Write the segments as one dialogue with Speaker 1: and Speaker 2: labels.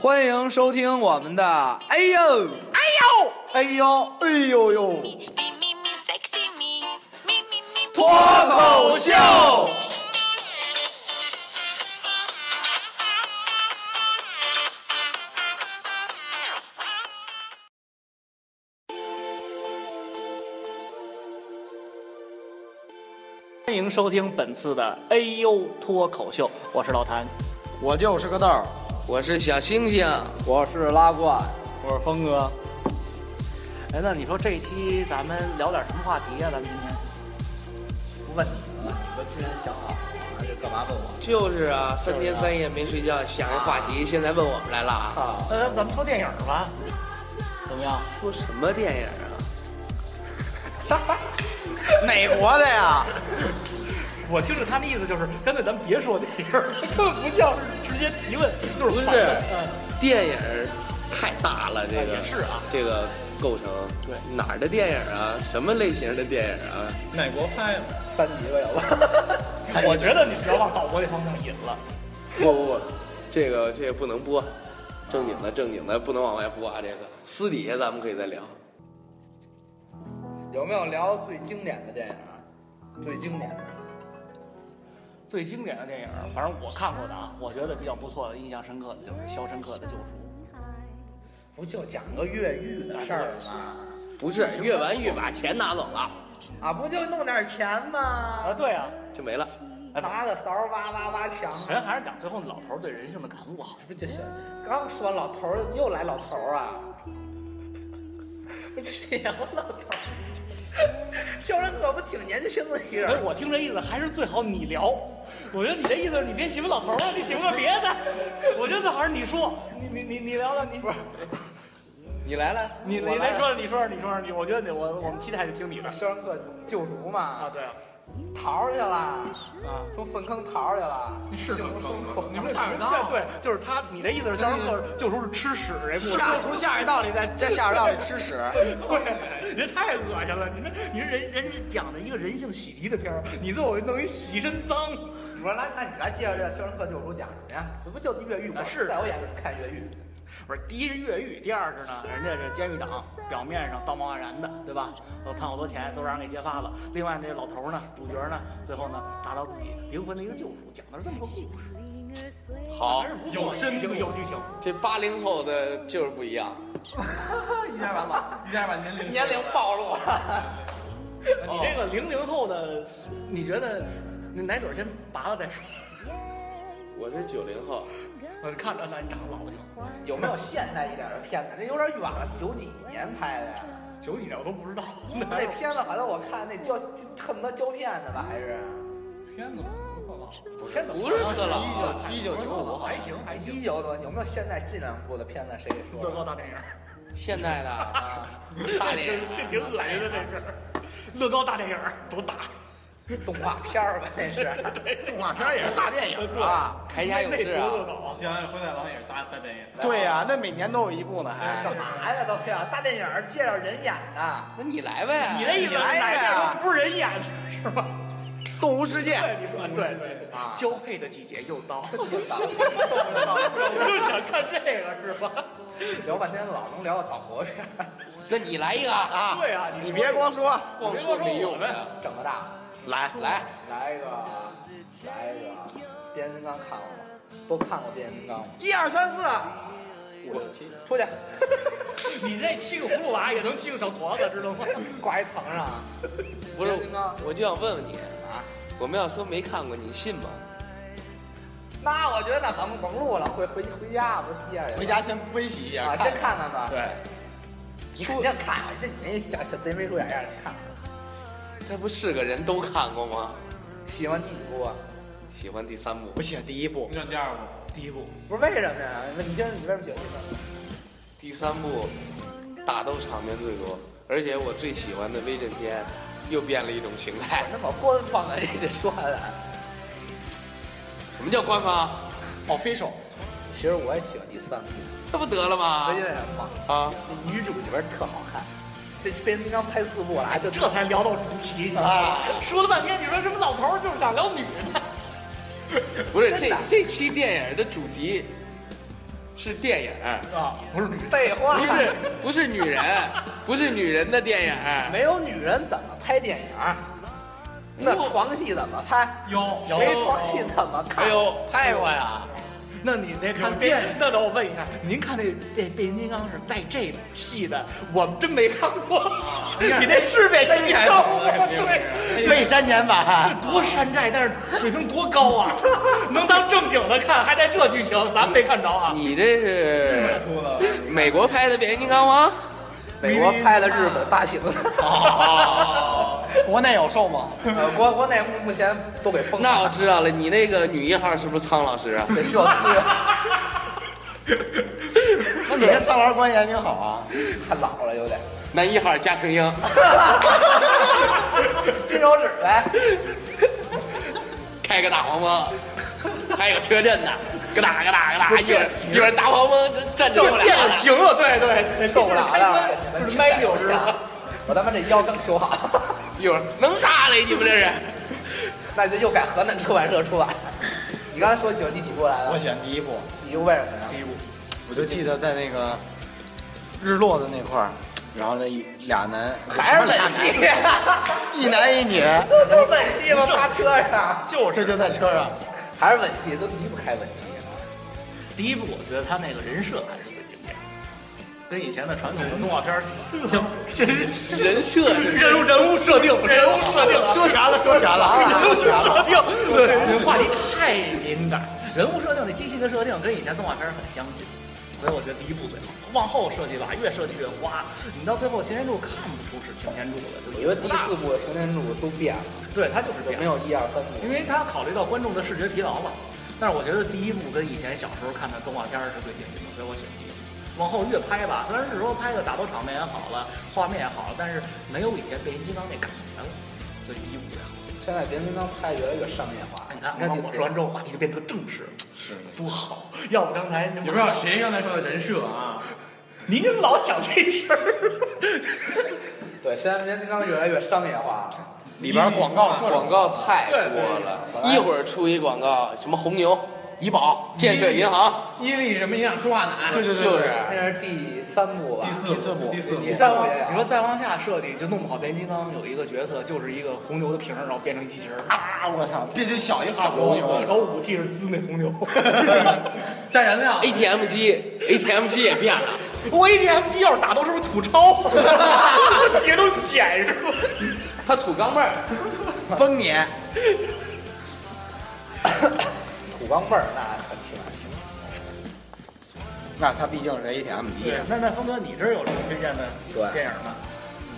Speaker 1: 欢迎收听我们的，哎呦，哎呦，哎呦，哎呦呦，
Speaker 2: Me, me, me, sexy me. Me, me, me,
Speaker 1: 脱口秀。
Speaker 3: 欢迎收听本次的《哎呦脱口秀》，我是老谭。
Speaker 1: 我就是个豆儿，
Speaker 4: 我是小星星，
Speaker 1: 我是拉罐，
Speaker 3: 我是峰哥。哎，那你说这一期咱们聊点什么话题呀、咱们今天
Speaker 1: 问你们，你们既然想好了，就干嘛问我？
Speaker 4: 就是啊，三天三夜没睡觉，想一话题，现在问我们来了啊，
Speaker 1: 啊，
Speaker 3: 那咱们咱们说电影吧，怎么样？
Speaker 4: 说什么电影啊？
Speaker 1: 美国的呀？
Speaker 3: 我听着他的意思就是，干脆咱们别说电影，根本不叫直接提问，就是
Speaker 4: 不是
Speaker 3: 反问嗯
Speaker 4: 电影太大了，这个
Speaker 3: 也是啊，
Speaker 4: 这个构成
Speaker 3: 对
Speaker 4: 哪儿的电影啊？什么类型的电影啊？
Speaker 3: 哪国拍？
Speaker 1: 三级吧，要 不？
Speaker 3: 我觉得你只要往岛国那方向引了。
Speaker 4: 不不不，这个这个不能播，正经的正经的不能往外播啊，这个私底下咱们可以再聊。
Speaker 1: 有没有聊最经典的电影？啊最经典的，
Speaker 3: 最经典的电影，反正我看过的啊，我觉得比较不错的、印象深刻的就是《肖申克的救赎
Speaker 1: 不就讲个越狱的事儿吗？
Speaker 4: 不是越完越把钱拿走了，
Speaker 1: 啊，不就弄点钱》
Speaker 3: 啊，
Speaker 1: 吗？
Speaker 3: 对啊，
Speaker 4: 就没了。
Speaker 3: 哎不
Speaker 1: 拿着勺儿挖挖挖墙。
Speaker 3: 人还是讲最后老头儿对人性的感悟好。
Speaker 1: 不就是刚说完老头儿，又来老头儿啊？不就是两个老头儿？肖申克不挺年轻
Speaker 3: 不
Speaker 1: 的一个
Speaker 3: 是
Speaker 1: 人？
Speaker 3: 哎我听这意思，还是最好你聊。我觉得你这意思是你别喜欢老头儿了，你喜欢个别的。我觉得最好是你说，你你你你聊聊，你不是
Speaker 1: 你来了，
Speaker 3: 你
Speaker 1: 我
Speaker 3: 你
Speaker 1: 来
Speaker 3: 来说，你说你说你，我觉得你我我们期待着听你的。
Speaker 1: 肖申克救赎
Speaker 3: 啊，
Speaker 1: 嘛，
Speaker 3: 对啊，
Speaker 1: 逃出去了，
Speaker 3: 啊，
Speaker 1: 从粪坑逃出去了，是
Speaker 3: 是你们
Speaker 1: 们
Speaker 3: 俩对对，就是他，你这意思是肖申克就说是吃屎这
Speaker 5: 下从下水道里再在下水道里吃屎，
Speaker 3: 过程， 对，你这太恶心了。你这你这人人是讲的一个人性喜剧的片儿，你最后弄一洗身脏，
Speaker 1: 你说来，那你来介绍介绍《肖申克救赎》讲什么呀？这不就越狱吗？
Speaker 3: 啊是
Speaker 1: 在我眼里看越狱。
Speaker 3: 不是，第一是越狱，第二是呢，人家是监狱长，表面上道貌岸然的，对吧？我贪好多钱，都让人给揭发了。另外这老头呢，主角呢，最后呢，达到自己灵魂的一个救赎，讲的是这么个故事，
Speaker 4: 好
Speaker 3: 还是，不错有深情，有剧情。
Speaker 4: 这八零后的就是不一样。
Speaker 1: 一下完了，一下把年龄 年龄暴露了。
Speaker 3: 你这个零零后的，你觉得那奶嘴先拔了再说？
Speaker 4: 我是九零后，
Speaker 3: 我就看着那你长得老不行，
Speaker 1: 有没有现代一点的片子？这有点远了，九几年拍的呀。
Speaker 3: 九几年我都不知道。
Speaker 1: 那片子好像我看那胶恨不得胶片的吧，还是
Speaker 3: 片子不是特老，
Speaker 4: 不是特老
Speaker 3: 一九九五还行还行，
Speaker 1: 一九多有没有现在质量过的片子？谁给说
Speaker 3: 乐高
Speaker 1: 的？
Speaker 3: 大电影。
Speaker 4: 现在 的啊，大
Speaker 3: 这
Speaker 4: 连
Speaker 3: 这挺恶心的，这是。乐高大电影多大？
Speaker 1: 动画片儿吧，那是。
Speaker 5: 动画片也是大电影 啊。
Speaker 4: 铠甲勇士
Speaker 3: 那多
Speaker 4: 啊，
Speaker 3: 高啊！
Speaker 6: 西安灰太狼也是大大电影，
Speaker 5: 对呀、那每年都有一部呢，还
Speaker 1: 干嘛呀？都要大电影儿介绍人演 的，
Speaker 4: 那你来呗。
Speaker 3: 你的意思是哪家都不是人演的，是吧？
Speaker 5: 《动物世界》嗯啊
Speaker 3: 对，你说对对对，交配的季节又到，
Speaker 1: 动不动
Speaker 3: 就想看这个是吧？
Speaker 1: 聊半天老能聊到岛国 片儿，
Speaker 4: 那你来一个啊，
Speaker 5: 啊，
Speaker 3: 对啊你说
Speaker 5: 你别光说，
Speaker 4: 光说没用
Speaker 3: 别
Speaker 5: 啊
Speaker 4: 的。
Speaker 1: 整个大
Speaker 5: 来
Speaker 4: 来，
Speaker 1: 来一个，啊来一个啊变形金刚看过吗？都看过变形金刚吗？
Speaker 5: 一二三四，
Speaker 1: 出去，
Speaker 3: 你这七个葫芦娃也能七个小矬子，知道吗？
Speaker 1: 挂一藤上啊！
Speaker 4: 不是
Speaker 1: 变形金刚，啊
Speaker 4: 我就想问问你，我们要说没看过，你信吗？
Speaker 1: 那我觉得那咱们甭录了，回回回家吧，歇着去吧。
Speaker 5: 回家先温习一下，
Speaker 1: 啊，先看看吧。
Speaker 5: 对，
Speaker 1: 你肯定看，这几年小小贼眉鼠眼样的看啊看。
Speaker 4: 这不是个人都看过吗？
Speaker 1: 喜欢第几部啊？
Speaker 4: 喜欢第三部
Speaker 5: 我，喜欢第一部
Speaker 6: 你选第二部，第一部，
Speaker 1: 不是为什么呀？你先，你为什么喜欢第三部？
Speaker 4: 第三部打斗场面最多，而且我最喜欢的威震天又变了一种形态。
Speaker 1: 那么官方的这说的，
Speaker 4: 什么叫官方？
Speaker 5: ，official，
Speaker 1: 其实我也喜欢第三部，
Speaker 4: 那不得了吗
Speaker 1: 关？键是什么？
Speaker 4: 啊，
Speaker 1: 那女主里边特好看，这变形金刚拍四部了，还就
Speaker 3: 这才聊到主题，你知道
Speaker 1: 啊
Speaker 3: 吗？说了半天，你说什么老头儿就是想聊女的，
Speaker 4: 不是
Speaker 1: 真
Speaker 4: 这
Speaker 1: 的
Speaker 4: 这期电影的主题是电影，
Speaker 3: 啊，不是
Speaker 1: 废话，
Speaker 4: 不是不是女人， 不是女人的电影，
Speaker 1: 没有女人怎么拍电影儿？那床戏怎么拍？
Speaker 6: 有有
Speaker 1: 没床戏怎么看？
Speaker 4: 哎呦，
Speaker 5: 拍过呀，
Speaker 3: 那你那看电，那等我问一下，您看那这变形金刚是带这戏的，我们真没看过。你那是变形金刚吗？对，
Speaker 5: 未删减版，
Speaker 3: 多山寨，但是水平多高啊！能当正经的看，还带这剧情，咱们没看着啊。
Speaker 4: 你这是
Speaker 6: 出了，
Speaker 4: 美国拍的变形金刚 吗？
Speaker 1: 美国拍的日本发行的，
Speaker 5: 国内有售吗？
Speaker 1: 呃，国国内目前都给封
Speaker 4: 那我
Speaker 1: 了，
Speaker 4: 知道了，你那个女一号是不是苍老师啊？
Speaker 1: 得需要资源，
Speaker 5: 那你跟苍老师关系还挺好啊。
Speaker 1: 太老了有点。
Speaker 4: 男一号加藤 鹰，
Speaker 1: 金手指呗，
Speaker 4: 开个大黄蜂，还有车震呢，咯哒咯哒咯哒，一会儿一会儿大黄蜂站着就变
Speaker 3: 变
Speaker 4: 了。
Speaker 3: 形了，对对，
Speaker 1: 受不了啊了，
Speaker 3: 不是
Speaker 1: 麦
Speaker 3: 麦
Speaker 1: 柳
Speaker 3: 柳
Speaker 1: 知
Speaker 3: 知
Speaker 1: 道
Speaker 3: 道。
Speaker 1: 我他妈这腰刚修好，
Speaker 4: 一会儿能啥嘞？你们这是？
Speaker 1: 那就又改河南出版社出版。你刚才说喜欢第几部来
Speaker 5: 我
Speaker 1: 了？
Speaker 5: 选第一部，
Speaker 1: 你又为什么呀？
Speaker 5: 我就记得在那个日落的那块儿，然后那一俩 男，
Speaker 1: 还是吻戏，
Speaker 5: 一男一女，
Speaker 1: 这就是吻戏吗？趴车上，
Speaker 5: 这就在车上。
Speaker 1: 还是吻戏，都离不开吻戏。
Speaker 3: 第一部我觉得他那个人设还是最经典，跟以前的传统的动画片儿相人
Speaker 4: 人设 是
Speaker 3: 人物人物设定，人物设定，
Speaker 5: 说全了，说全了，
Speaker 3: 人物设定，对，这话题太敏感。人物设定，那机器的设定跟以前动画片儿很相近，所以我觉得第一部最好。往后设计吧，越设计越花，你到最后擎天柱看不出是擎天柱了，就
Speaker 1: 我觉得第四部《擎天柱》都变了，
Speaker 3: 对他就是这
Speaker 1: 就
Speaker 3: 样
Speaker 1: 没。有一二三
Speaker 3: 因
Speaker 1: 部。
Speaker 3: 为他考虑到观众的视觉疲劳吧。但是我觉得第一部跟以前小时候看的动画片儿是最接近的，所以我喜欢第一部。往后越拍吧，虽然是说拍的打斗场面也好了，画面也好了，但是没有以前变形金刚那感觉了，所以第一部最好。
Speaker 1: 现在变形金刚拍得越来越商业化。
Speaker 3: 你看，
Speaker 1: 你
Speaker 3: 刚刚
Speaker 1: 看
Speaker 3: 我
Speaker 1: 第四
Speaker 3: 说完之
Speaker 1: 部，
Speaker 3: 后，话题就变得正式，是多好。要不刚才你
Speaker 6: 也不知道谁刚才说的人设啊，
Speaker 3: 您老想这事儿，
Speaker 1: 对，现在变形金刚越来越商业化了。
Speaker 5: 里边广告各
Speaker 4: 嗯广
Speaker 5: 种
Speaker 4: 告太多了，一会儿出一广告，什么红牛、
Speaker 5: 怡宝，
Speaker 4: 建设银行，
Speaker 6: 伊利什么营养舒化奶，
Speaker 5: 对对对，
Speaker 4: 就是
Speaker 1: 那是第三部吧？
Speaker 5: 第四部
Speaker 6: 第四部，
Speaker 1: 第
Speaker 3: 你再
Speaker 1: 三部
Speaker 3: 往
Speaker 1: 也有
Speaker 3: 你说再往下设计，就弄不好变形金刚有一个角色就是一个红牛的瓶儿，然后变成机器人儿，啊，我
Speaker 5: 我操，这就小一个小
Speaker 3: 然
Speaker 5: 红牛，
Speaker 3: 后哦武器是滋那 红牛。
Speaker 6: 蘸燃料，
Speaker 3: 哎
Speaker 4: ATM 机，ATM 机也变了，
Speaker 3: 我 ATM 机要是打斗是不是土超？ 铁都剪是吧？
Speaker 4: 它土钢镚儿，
Speaker 5: 丰年。
Speaker 1: 土钢镚儿，那很挺难听。
Speaker 5: 那他毕竟是 ATM 机，
Speaker 3: 对，那那峰哥，你这儿有什么推荐的
Speaker 1: 对
Speaker 3: 电影吗？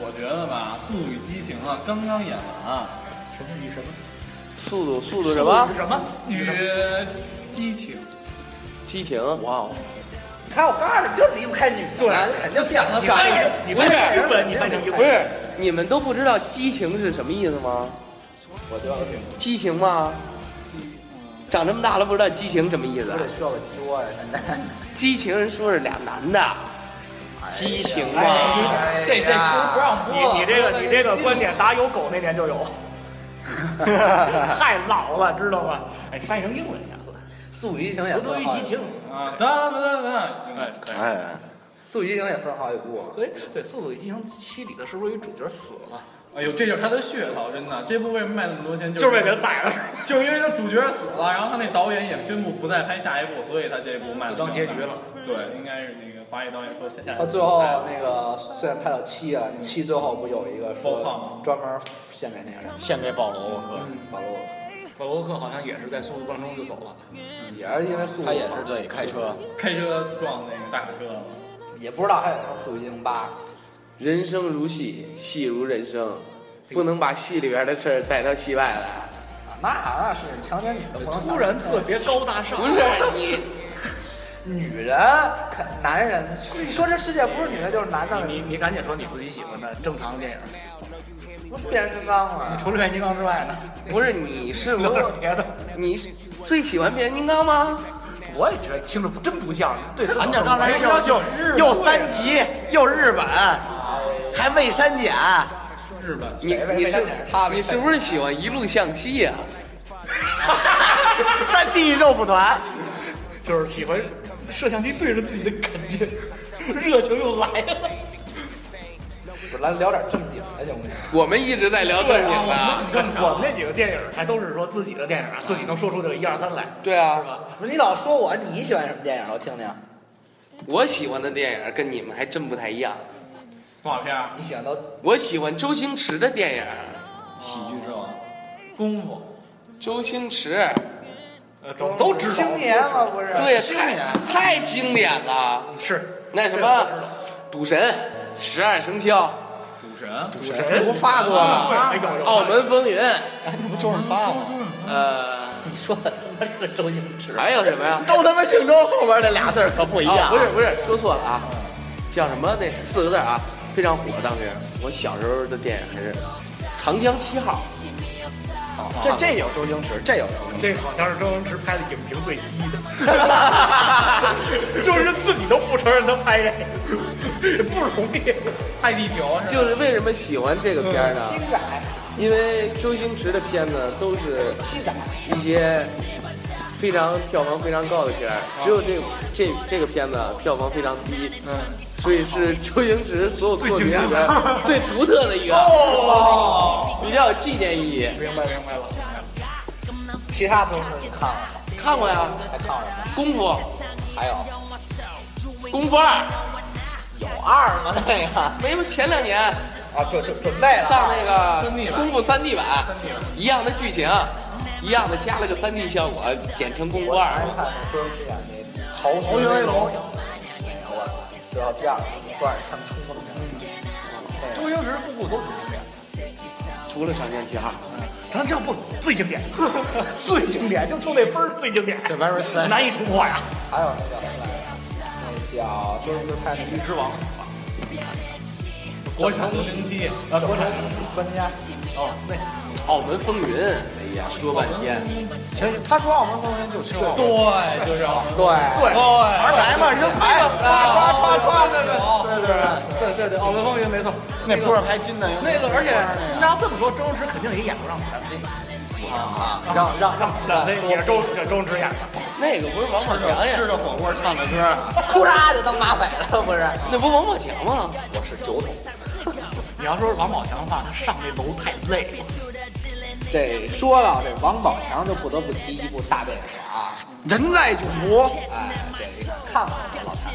Speaker 6: 我觉得吧，《速度与激情》啊，刚刚演完啊，
Speaker 3: 什么与什么？
Speaker 4: 速度速度什么？
Speaker 3: 什么？
Speaker 6: 与激情，
Speaker 4: 激情，哇哦，
Speaker 1: 看我告诉你，就是离不开女的，
Speaker 3: 对
Speaker 1: 肯定想
Speaker 3: 你翻译，你翻译日文，你翻译成英
Speaker 4: 不
Speaker 3: 文。
Speaker 4: 是你们都不知道激情是什么意思吗？
Speaker 1: 我觉得
Speaker 4: 激情吗？长这么大了不知道激情什么意思啊
Speaker 1: 我？得需要个作呀，现在。
Speaker 4: 激情人说是俩男的，激情啊吗？
Speaker 1: 哎呀
Speaker 6: 这这
Speaker 4: 啊
Speaker 6: 不不让播了
Speaker 3: 你你这个你这个观点，打有狗那年就有，太老了，知道吗？哎，翻译成英文下次。
Speaker 1: 速度与激情也
Speaker 3: 速
Speaker 1: 分
Speaker 3: 度与
Speaker 1: 哎好
Speaker 3: 激
Speaker 1: 几，
Speaker 3: 情。
Speaker 6: 啊，哒哒哒哒，哎，可以。
Speaker 5: 哎，
Speaker 1: 速度与激情也分好几部。
Speaker 3: 哎，对，《速度与激情七》里的是不是有一主角死了？
Speaker 6: 哎呦，这就是他的噱头，真的。这部为什么卖那么多钱？
Speaker 3: 就是
Speaker 6: 为
Speaker 3: 被人宰了，是吧？
Speaker 6: 就是因为他主角死了，然后他那导演也宣布不再拍下一部，所以他这部卖了
Speaker 3: 就当结局了。
Speaker 6: 对，应该是那个华语导演说下下一部
Speaker 1: 他最后那个虽然拍到七了，七最后不有一个
Speaker 6: 播放
Speaker 1: 说
Speaker 6: 吗
Speaker 1: 专门献给那个人吗
Speaker 5: 献给保罗沃克，
Speaker 1: 保罗，
Speaker 3: 克罗克好像也是在速度当中就走了。
Speaker 1: 也是因为速度
Speaker 5: 他也是自己开车，
Speaker 6: 开车撞那个大卡车了。
Speaker 1: 也不知道还有没有速度与激情八。
Speaker 4: 人生如戏，戏如人生，不能把戏里边的事儿带到戏外来。
Speaker 1: 那那是强奸女的不能
Speaker 3: 突然特别高大上
Speaker 4: 不，是你，
Speaker 1: 女人，肯男人，你说这世界不是女的就是男的了，
Speaker 3: 你你赶紧说你自己喜欢的正常的电影，
Speaker 1: 不是变形金刚吗？
Speaker 3: 除了变形金刚之外呢？
Speaker 4: 不是你 是
Speaker 3: 聊
Speaker 4: 不
Speaker 3: 点别的。
Speaker 4: 你最喜欢变形金刚吗？
Speaker 3: 我也觉得听着不真不像，对自己
Speaker 5: 咱这刚才哎又又又三级，又日本，哎还未删减，
Speaker 6: 日本
Speaker 4: 你
Speaker 1: 谁呗
Speaker 4: 你是啊
Speaker 1: 谁敢插呗
Speaker 4: 你是不是喜欢一路向西呀、
Speaker 5: 三 D 肉蒲团，
Speaker 3: 就是喜欢摄像机对着自己的感觉，热情又来了。
Speaker 1: 不是来聊点正经的行不行？
Speaker 4: 我们一直在聊正经的，
Speaker 3: 我们啊我们那几个电影还都是说自己的电影啊，自己能说出这个一二三来，
Speaker 4: 对
Speaker 3: 是
Speaker 4: 啊，
Speaker 3: 吧？
Speaker 1: 不是你老说我你喜欢什么电影？我听听。
Speaker 4: 我喜欢的电影跟你们还真不太一样。
Speaker 6: 动画片儿、
Speaker 1: 你喜欢都
Speaker 4: 我喜欢周星驰的电影，
Speaker 5: 喜剧之王，
Speaker 6: 功夫，
Speaker 4: 周星驰，
Speaker 3: 呃，都都知道。
Speaker 1: 青年嘛，不是？
Speaker 4: 对，
Speaker 5: 星
Speaker 4: 太
Speaker 5: 爷
Speaker 4: 太经典了。
Speaker 3: 是
Speaker 4: 那什
Speaker 3: 这个
Speaker 4: 么，赌神、十二生肖、
Speaker 6: 赌神，
Speaker 5: 赌神不发哥吗？
Speaker 3: 哎有有
Speaker 4: 澳门风云，
Speaker 5: 那不周润发吗？
Speaker 4: 呃，
Speaker 1: 你说的他妈是周星驰。
Speaker 4: 还有什么呀？
Speaker 5: 都他妈姓周，后边那俩字儿可不一
Speaker 1: 哎
Speaker 4: 哦，
Speaker 5: 样。
Speaker 4: 不是不是，说错了啊，叫什么那四个字儿啊，非常火当时。我小时候的电影还是《长江七 号，
Speaker 5: 这这有周星驰，这有周星驰。
Speaker 3: 这好像是周星驰拍的影评最低的，》就是自己都不承认他拍这个， 不容易。
Speaker 6: 泰迪熊是吧？
Speaker 4: 就是为什么喜欢这个片儿呢？
Speaker 1: 新嗯仔，
Speaker 4: 因为周星驰的片子都是
Speaker 1: 七仔，
Speaker 4: 一些非常票房非常高的片儿，只有
Speaker 1: 哦
Speaker 4: 这这这个片子票房非常低，
Speaker 1: 嗯
Speaker 4: 所以是周星驰所有作品里边最独特的一个，比较有纪念意义。
Speaker 3: 明白明白了，
Speaker 1: 其他都是你看了，
Speaker 4: 看过呀，
Speaker 1: 还看了什么？
Speaker 4: 功夫，
Speaker 1: 还有
Speaker 4: 功夫二，
Speaker 1: 有二吗？那个
Speaker 4: 没有前两年
Speaker 1: 啊，准准准备了啊
Speaker 4: 上那
Speaker 6: 三 D
Speaker 4: 个
Speaker 6: 版
Speaker 4: 功夫三 D 版
Speaker 6: 三 D 版，
Speaker 4: 一样的剧情，一样的加了个三 D 效果，简称功夫
Speaker 1: 我
Speaker 4: 二。
Speaker 1: 还看那周星驰演那《逃学威龙》，我知道第二个段相冲了。
Speaker 6: 周星驰步步都
Speaker 4: 除了长江七号，
Speaker 3: 咱这不最经典， 最经典，就冲那分儿最经典，
Speaker 5: 这 very special
Speaker 3: 难以突破呀。
Speaker 1: 还有那叫什么来着？那叫周星驰拍那个
Speaker 6: 之王，国产零零七，
Speaker 1: 呃
Speaker 3: 啊，国产
Speaker 1: 专家，
Speaker 6: 哦，那
Speaker 4: 澳门风云，哎呀，说半天。
Speaker 5: 行，他说澳门风云就吃澳门。
Speaker 6: 对，就是澳门，
Speaker 1: 对对
Speaker 6: 对，玩
Speaker 5: 来嘛，扔牌，
Speaker 4: 啊
Speaker 5: 刷刷刷，对对
Speaker 6: 对
Speaker 5: 对对。
Speaker 3: 对对对，澳门风云没错。
Speaker 5: 那波尔牌金的，
Speaker 3: 那个，而且你要这么说，周星驰肯定也演过《让子弹飞》，
Speaker 1: 让让让
Speaker 3: 《子弹飞》也是周也是周星驰演的。
Speaker 4: 那个不是王宝强
Speaker 5: 吃
Speaker 4: 呀？
Speaker 5: 着火锅唱着歌，
Speaker 1: 哭嚓就当马匪了，不是？
Speaker 4: 那不是王宝强吗？
Speaker 3: 你要说是王宝强的话，他上那楼太累了。
Speaker 1: 这说到这王宝强，就不得不提一部大电影啊，
Speaker 5: 人在囧途。
Speaker 1: 哎，这个看看王宝强，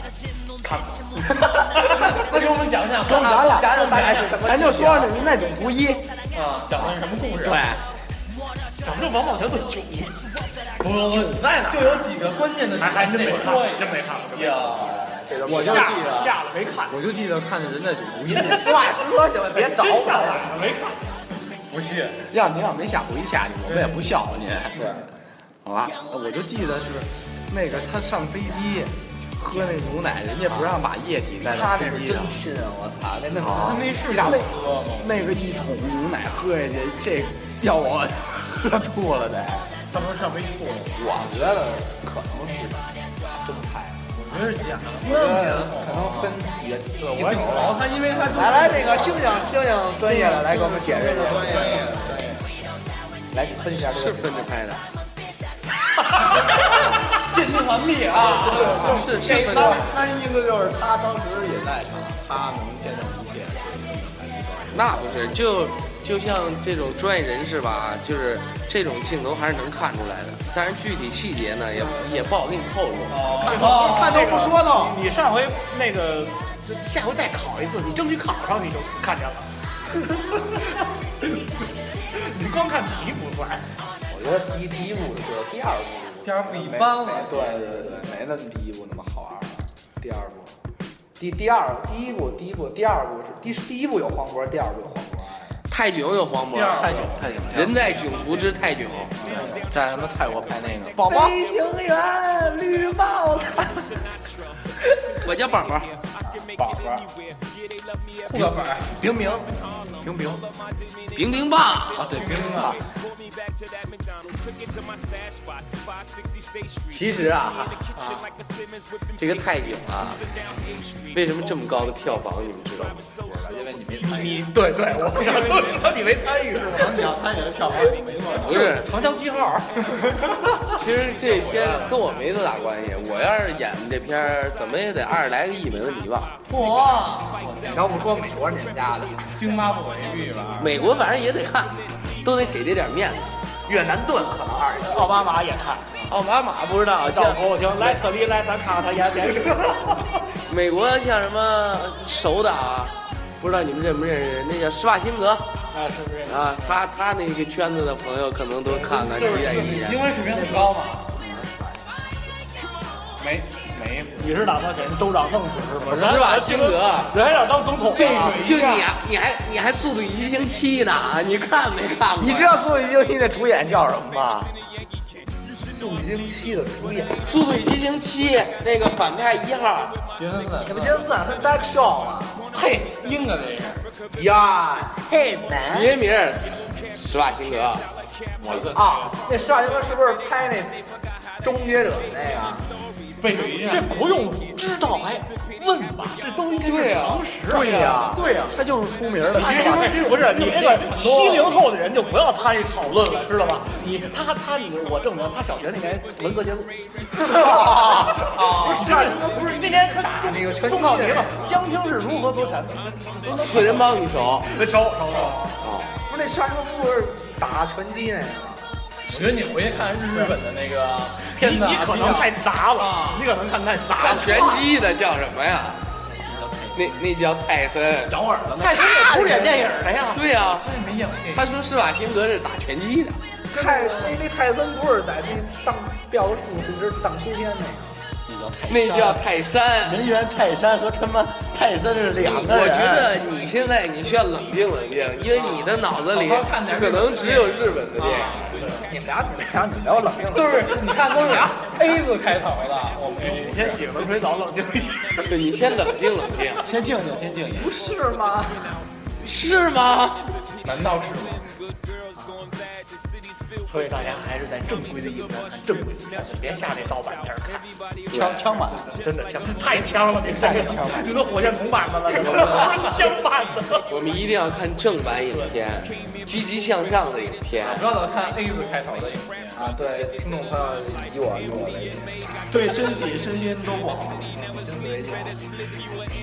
Speaker 3: 看过，那给我们讲讲，
Speaker 5: 跟咱俩，
Speaker 1: 讲讲大概是什么
Speaker 5: 咱就说是人在囧途一。
Speaker 6: 啊，讲的是什么故事？
Speaker 5: 对，
Speaker 3: 讲这王宝强的囧，
Speaker 6: 不不不，
Speaker 5: 在哪
Speaker 6: 就有几个关键的点，
Speaker 3: 还还真没
Speaker 6: 得
Speaker 3: 看
Speaker 6: 说
Speaker 3: 过
Speaker 6: 一，下
Speaker 3: 真没看过。
Speaker 6: 呀。
Speaker 5: 我就
Speaker 3: 下
Speaker 5: 记得，
Speaker 3: 下了没看，
Speaker 5: 我就记得看见人在囧途一。
Speaker 1: 话说行了，别找
Speaker 3: 真下
Speaker 1: 我。
Speaker 3: 来了没看。
Speaker 6: 不信，
Speaker 5: 要您要没下回下去，我们也不笑啊话您，
Speaker 1: 对，
Speaker 5: 好吧？我就记得是那个他上飞机喝那牛奶，人家不让把液体带
Speaker 1: 他
Speaker 5: 到
Speaker 1: 那
Speaker 5: 飞
Speaker 1: 是真
Speaker 5: 机上，
Speaker 1: 拼，我操，那那
Speaker 5: 啊
Speaker 1: 那是
Speaker 5: 那那个一桶牛奶喝下去，这要我喝吐了得。
Speaker 6: 他不是上飞机吐了吗？
Speaker 1: 我觉得可能是真拍，
Speaker 6: 我觉得是假的。
Speaker 1: 我觉得可能分几个几
Speaker 6: 我也
Speaker 1: 种。
Speaker 6: 然后他因为他
Speaker 1: 来来，这个猩猩猩猩专业的来给我们解释一
Speaker 6: 专
Speaker 1: 下，
Speaker 6: 业，
Speaker 1: 来你分析一下这
Speaker 4: 是
Speaker 1: 个。
Speaker 4: 分着拍的，
Speaker 6: 鉴定完毕啊！
Speaker 4: 是是分着
Speaker 5: 那
Speaker 4: 拍的。
Speaker 5: 那意思就是他当时也在场，他能见证一切。
Speaker 4: 那不是，就就像这种专业人士吧，就是这种镜头还是能看出来的。但是具体细节呢，也也不好给你透露。
Speaker 6: 哦，
Speaker 5: 看都不说呢，
Speaker 3: 你上回那个，这下回再考一次，你争取考上你就看见了。 你光看题不算，
Speaker 1: 我觉得第一第一部是有，第二部
Speaker 6: 第二部一般了
Speaker 1: 对对对对，没那么第一部那么好玩了。第二部，第第二第一部第一部第二部是第第一部有黄渤，第二部有黄渤。
Speaker 4: 泰囧有黄渤，
Speaker 5: 太囧太囧，
Speaker 4: 人在囧途之泰囧，
Speaker 5: 在他妈泰国拍那个哎宝宝，
Speaker 1: 飞行员绿帽子，
Speaker 4: 我叫宝宝。
Speaker 6: 不可板，
Speaker 5: 冰明，冰冰
Speaker 4: 冰冰棒。
Speaker 5: 啊，对，冰冰啊，
Speaker 4: 其实啊，这个泰囧啊，为什么这么高的票房，你们知道吗？
Speaker 1: 因为你没参与。
Speaker 3: 你对对， 我想说你没参与是吧？
Speaker 5: 你要参与了票房你没多少。
Speaker 4: 不是，
Speaker 3: 长江七号，
Speaker 4: 其实这片跟我没多大关系。我要是演这片儿，怎么也得二十来个亿没问题吧？
Speaker 3: 哇，
Speaker 1: 要不说美国是你们家的，
Speaker 6: 津巴布韦币吧？
Speaker 4: 美国反正也得看，都得给这点面子。
Speaker 1: 越南盾可能二十亿。
Speaker 3: 奥巴马也看，
Speaker 4: 奥巴马不知道，
Speaker 3: 赵
Speaker 4: 像
Speaker 3: 福行，来特里来，咱看看他演 谁。
Speaker 4: 美国像什么首的啊，不知道你们认不认识？那叫施瓦辛格
Speaker 3: 啊，是不是？
Speaker 4: 啊，他他那个圈子的朋友可能都看看，
Speaker 6: 就是
Speaker 4: 指点一
Speaker 6: 英
Speaker 4: 眼。
Speaker 6: 文水平很高嘛。没没意思。
Speaker 3: 你是打算给人州长弄死是啊吗？
Speaker 4: 施瓦辛格。
Speaker 3: 人还想当总统呢，
Speaker 4: 这就你啊你还你还《速度与激情七》呢？啊你看没看过？
Speaker 5: 你知道《速度与激情七》的主演叫什么吗？
Speaker 1: 杜金七的主演，
Speaker 4: 《速度与激情七》那个反派一号，
Speaker 5: 杰森斯
Speaker 1: 你不金算他 Dark Show 吗？
Speaker 6: 嘿，英格这是，
Speaker 1: 呀，嘿
Speaker 4: 你
Speaker 1: 难
Speaker 4: 这名儿施瓦辛格，
Speaker 6: 我的
Speaker 1: 啊！那施瓦辛格是不是拍那《终结者》那
Speaker 6: 啊
Speaker 1: 个？
Speaker 6: 背水一
Speaker 3: 这
Speaker 6: 战。
Speaker 3: 不用知道还问吧，这都应该
Speaker 4: 对
Speaker 3: 是
Speaker 4: 啊
Speaker 3: 常识。
Speaker 5: 对呀
Speaker 3: 对呀。
Speaker 5: 他就是出名的
Speaker 3: 你。这不是你这个七零后的人就不要参与讨论了，知道吧？你他他你我证明他小学那年文革结束，不哦是啊不是那年他中中考题嘛，江青是如何夺权？
Speaker 4: 四人帮一手，
Speaker 3: 那手手手，
Speaker 1: 不是那施瓦辛格不是打拳击那个吗？
Speaker 6: 我觉得你回去看日本的那个片
Speaker 3: 你
Speaker 6: 子啊，
Speaker 3: 你啊可能太杂了，你可能看太杂
Speaker 4: 打
Speaker 3: 了。
Speaker 4: 拳击的叫什么呀？那那叫泰森。
Speaker 5: 咬耳朵呢，
Speaker 3: 太是古典电影的呀，
Speaker 4: 对呀、
Speaker 6: 没演过那
Speaker 4: 他说施瓦辛格是打拳击的，
Speaker 1: 泰那那泰森不是在那当吊个树树枝当秋千那
Speaker 4: 那叫泰山。
Speaker 5: 人猿泰山和他妈泰森是两个人。
Speaker 4: 我觉得你现在你需要冷静冷静，因为你的脑子里
Speaker 6: 好好看点
Speaker 4: 可能只有日本的电影。
Speaker 1: 个？你们俩你们俩你们聊冷
Speaker 6: 都
Speaker 1: 硬
Speaker 6: 是你看都是 A 字开头的，我们
Speaker 3: 你哎先洗个冷水澡冷静一下。
Speaker 4: 对，你先冷静冷静，
Speaker 5: 先静静，先静静。
Speaker 1: 不是吗？
Speaker 4: 是吗？
Speaker 6: 难道是吗？
Speaker 3: 所以大家还是在正规的影院看正规的片子，别下这盗版片儿看，
Speaker 5: 枪枪版，
Speaker 3: 真的枪太枪了，你太枪了，你都火箭筒版 的了，你都枪版的。
Speaker 4: 我们一定要看正版影片，积极向上的影片。
Speaker 6: 不要老看 A 字开头的影片。
Speaker 1: 啊，对，听众朋友以我以我为主，
Speaker 5: 对身体身心都不好。
Speaker 1: 真为主。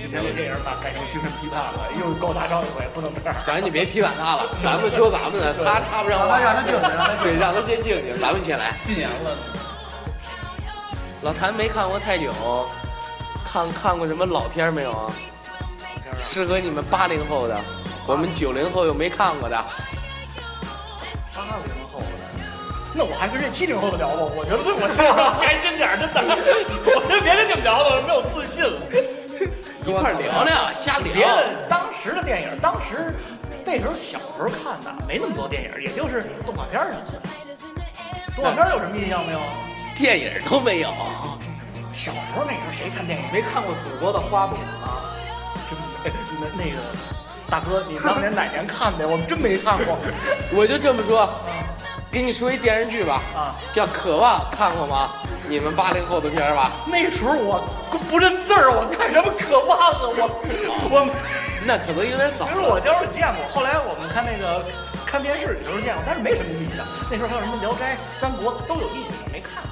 Speaker 3: 今天这电影把改成精神批判了，又高大上一回，不能这样。
Speaker 4: 咱你别批判他了，咱们说咱们的，他插不上话。
Speaker 5: 他让他静静让他静
Speaker 4: 对，让他先静静，咱们先来。
Speaker 6: 禁言了，
Speaker 4: 老谭没看过泰囧，看看过什么老片儿没有啊？适合你们八零后的，我们九零后又没看过的。
Speaker 3: 八零后的，那我还跟这七零后的聊吧，我觉得我是开心点儿，真的， 我这别跟你们聊了，我没有自信 了。
Speaker 4: 一块儿聊聊，瞎
Speaker 3: 别
Speaker 4: 聊。
Speaker 3: 的当时的电影，当时那时候小时候看的，没那么多电影，也就是动画片儿什么的。动画片儿有什么印象没有？
Speaker 4: 电影都没有，
Speaker 3: 小时候那时候谁看电影？
Speaker 1: 没看过《祖国的花朵》吗？
Speaker 3: 真没那那个 大哥，你当年哪年看的？我们真没看 过
Speaker 4: 我就这么说。给你说一电视剧吧，
Speaker 3: 啊。
Speaker 4: 叫《渴望》，看过吗？你们八零后的片儿吧？
Speaker 3: 那时候我不认字儿，我看什么渴望啊？我我
Speaker 4: 那可能有点早
Speaker 3: 其实我就是见过，后来我们看那个看电视里头见过，但是没什么印象。那时候还有什么《聊斋》《三国》都有印象，没看过。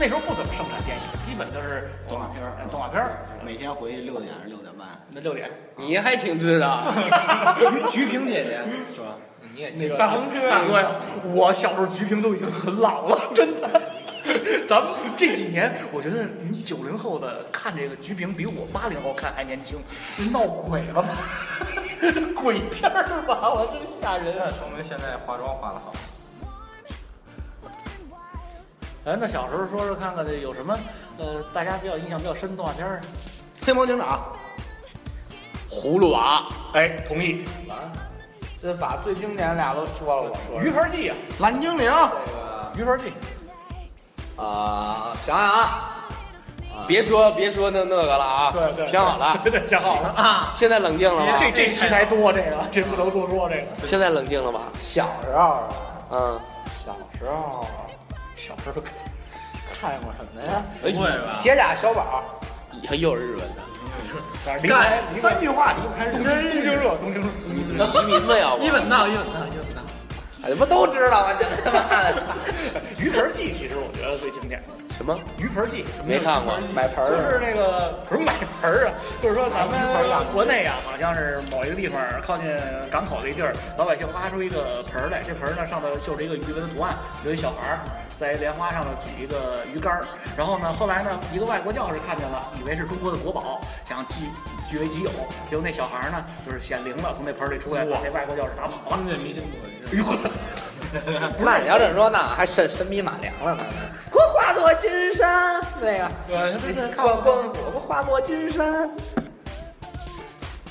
Speaker 3: 那时候不怎么盛产电影，基本就是动画片儿，哎动画片儿。
Speaker 5: 每天回去六点还是六点半？
Speaker 3: 那六点，
Speaker 4: 你还挺知道，
Speaker 5: 菊菊萍姐姐是吧？
Speaker 1: 你也那
Speaker 3: 大
Speaker 1: 个
Speaker 3: 风啊车，大哥呀！我小时候菊萍都已经很老了，真的。咱们这几年，我觉得你九零后的看这个菊萍比我八零后看还年轻，这闹鬼了吧？ 鬼片儿吧，我真吓人。
Speaker 5: 那说明现在化妆化的好。
Speaker 3: 哎，那小时候说说看看这有什么，呃，大家比较印象比较深的动画片儿？
Speaker 5: 黑猫警长，
Speaker 4: 葫芦娃、
Speaker 3: 哎，同意。
Speaker 1: 这把最经典的俩都说了，我说
Speaker 3: 鱼盘记啊，
Speaker 5: 蓝精灵，
Speaker 1: 这个
Speaker 3: 鱼盘记
Speaker 1: 啊，想想啊，
Speaker 4: 别说别说那那个了啊，
Speaker 3: 对对
Speaker 4: 想好了，
Speaker 3: 对对想好了
Speaker 4: 啊，现在冷静了吧？
Speaker 3: 这这题材多，这个这不能多说这个。
Speaker 4: 现在冷静了吧？
Speaker 1: 小时候啊，
Speaker 4: 嗯，
Speaker 1: 小时候啊，小时候看看过什么呀？
Speaker 4: 哎
Speaker 6: 不会吧？
Speaker 1: 铁甲小宝，
Speaker 4: 呀又是日本的，
Speaker 3: 但是离不开离不开
Speaker 5: 三句话离不开日
Speaker 3: 东
Speaker 5: 本。
Speaker 3: 京东京热，东京热。
Speaker 4: 你你移民吧，要不
Speaker 6: 一？本道，一本道，一本道。
Speaker 4: 啊哎这不都知道吗？这他妈的操
Speaker 3: 鱼盆记其实我觉得最经典，
Speaker 4: 什么？
Speaker 3: 鱼盆记什么
Speaker 4: 没看过，
Speaker 1: 买盆
Speaker 3: 就
Speaker 1: 儿
Speaker 3: 是那个 不是买盆儿啊，就是说咱们国内啊，好像是某一个地方靠近港口的一地儿，老百姓挖出一个盆儿来，这盆儿呢上头绣着一个鱼纹图案，有一小孩儿在莲花上头举一个鱼竿儿，然后呢，后来呢，一个外国教士看见了，以为是中国的国宝，想据据为己有，结果那小孩儿呢就是显灵了，从那盆儿里出来，把那外国教士打跑了。
Speaker 6: 封建 迷信不可
Speaker 3: 哎
Speaker 6: 信。
Speaker 3: 呦呵
Speaker 1: 那你要这么说，那还神神笔马良了呢。我化作金山，那个
Speaker 6: 对，这这看
Speaker 1: 光光我化作金山，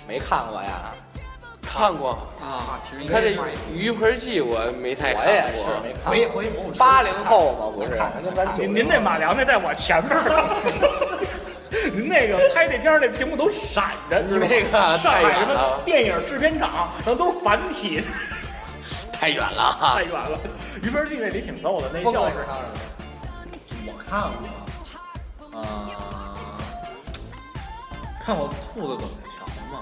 Speaker 1: 没看过呀，
Speaker 4: 看过。
Speaker 5: 啊，其实应
Speaker 4: 他
Speaker 5: 该啊
Speaker 4: 这
Speaker 5: 骂一
Speaker 4: 鱼盆记我没太
Speaker 1: 我也
Speaker 4: 看
Speaker 1: 是
Speaker 4: 过，
Speaker 1: 没看
Speaker 5: 回
Speaker 1: 过。
Speaker 5: 回我
Speaker 1: 八零后嘛，不是，跟咱 九
Speaker 3: 您
Speaker 1: 零
Speaker 3: 您那马良那在我前面儿， 您那个拍这片儿那屏幕都闪着，
Speaker 4: 你 那个
Speaker 3: 知道吗上
Speaker 4: 太
Speaker 3: 海
Speaker 4: 远
Speaker 3: 什么
Speaker 4: 了
Speaker 3: 电影制片厂，然后都是繁体，
Speaker 4: 太远了啊
Speaker 3: 太！远了。于文记那里挺逗的，那
Speaker 1: 疯
Speaker 3: 教
Speaker 1: 了
Speaker 3: 室
Speaker 1: 看
Speaker 6: 我看过，啊、看过《兔子走着瞧》吗？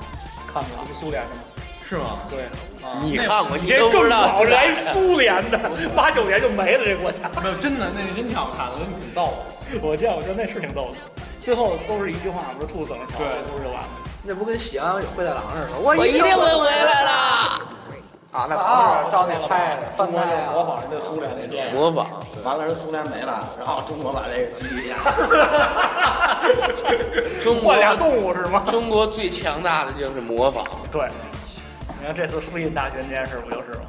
Speaker 3: 看过，不是苏联的吗？
Speaker 6: 是吗？
Speaker 3: 对，
Speaker 6: 啊，
Speaker 4: 你
Speaker 6: 那
Speaker 4: 看过，你
Speaker 3: 这
Speaker 4: 都不
Speaker 3: 更
Speaker 4: 知道
Speaker 3: 早
Speaker 4: 是哪
Speaker 3: 来
Speaker 4: 儿的
Speaker 3: 苏联的，八九年就没了这国家。
Speaker 6: 没有？真的，那是真挺好看的，我觉得挺逗的。
Speaker 3: 我见我觉得那是挺逗的，最后都是一句话，不是兔子怎么着，
Speaker 6: 对
Speaker 3: 不是就 完了。
Speaker 1: 那不跟喜羊与灰太狼似的？我
Speaker 4: 我一定会回来的。
Speaker 1: 啊！那啊，照那拍的，翻
Speaker 5: 中国
Speaker 1: 拍
Speaker 5: 就模
Speaker 1: 啊，
Speaker 5: 仿人家苏联那电影，
Speaker 4: 模仿，
Speaker 5: 完了人苏联没了，然后中国把这个基一下。
Speaker 4: 中国
Speaker 3: 换俩动物是吗？
Speaker 4: 中国最强大的就是模仿。
Speaker 3: 对，你看这次复印大学那件事不就是吗？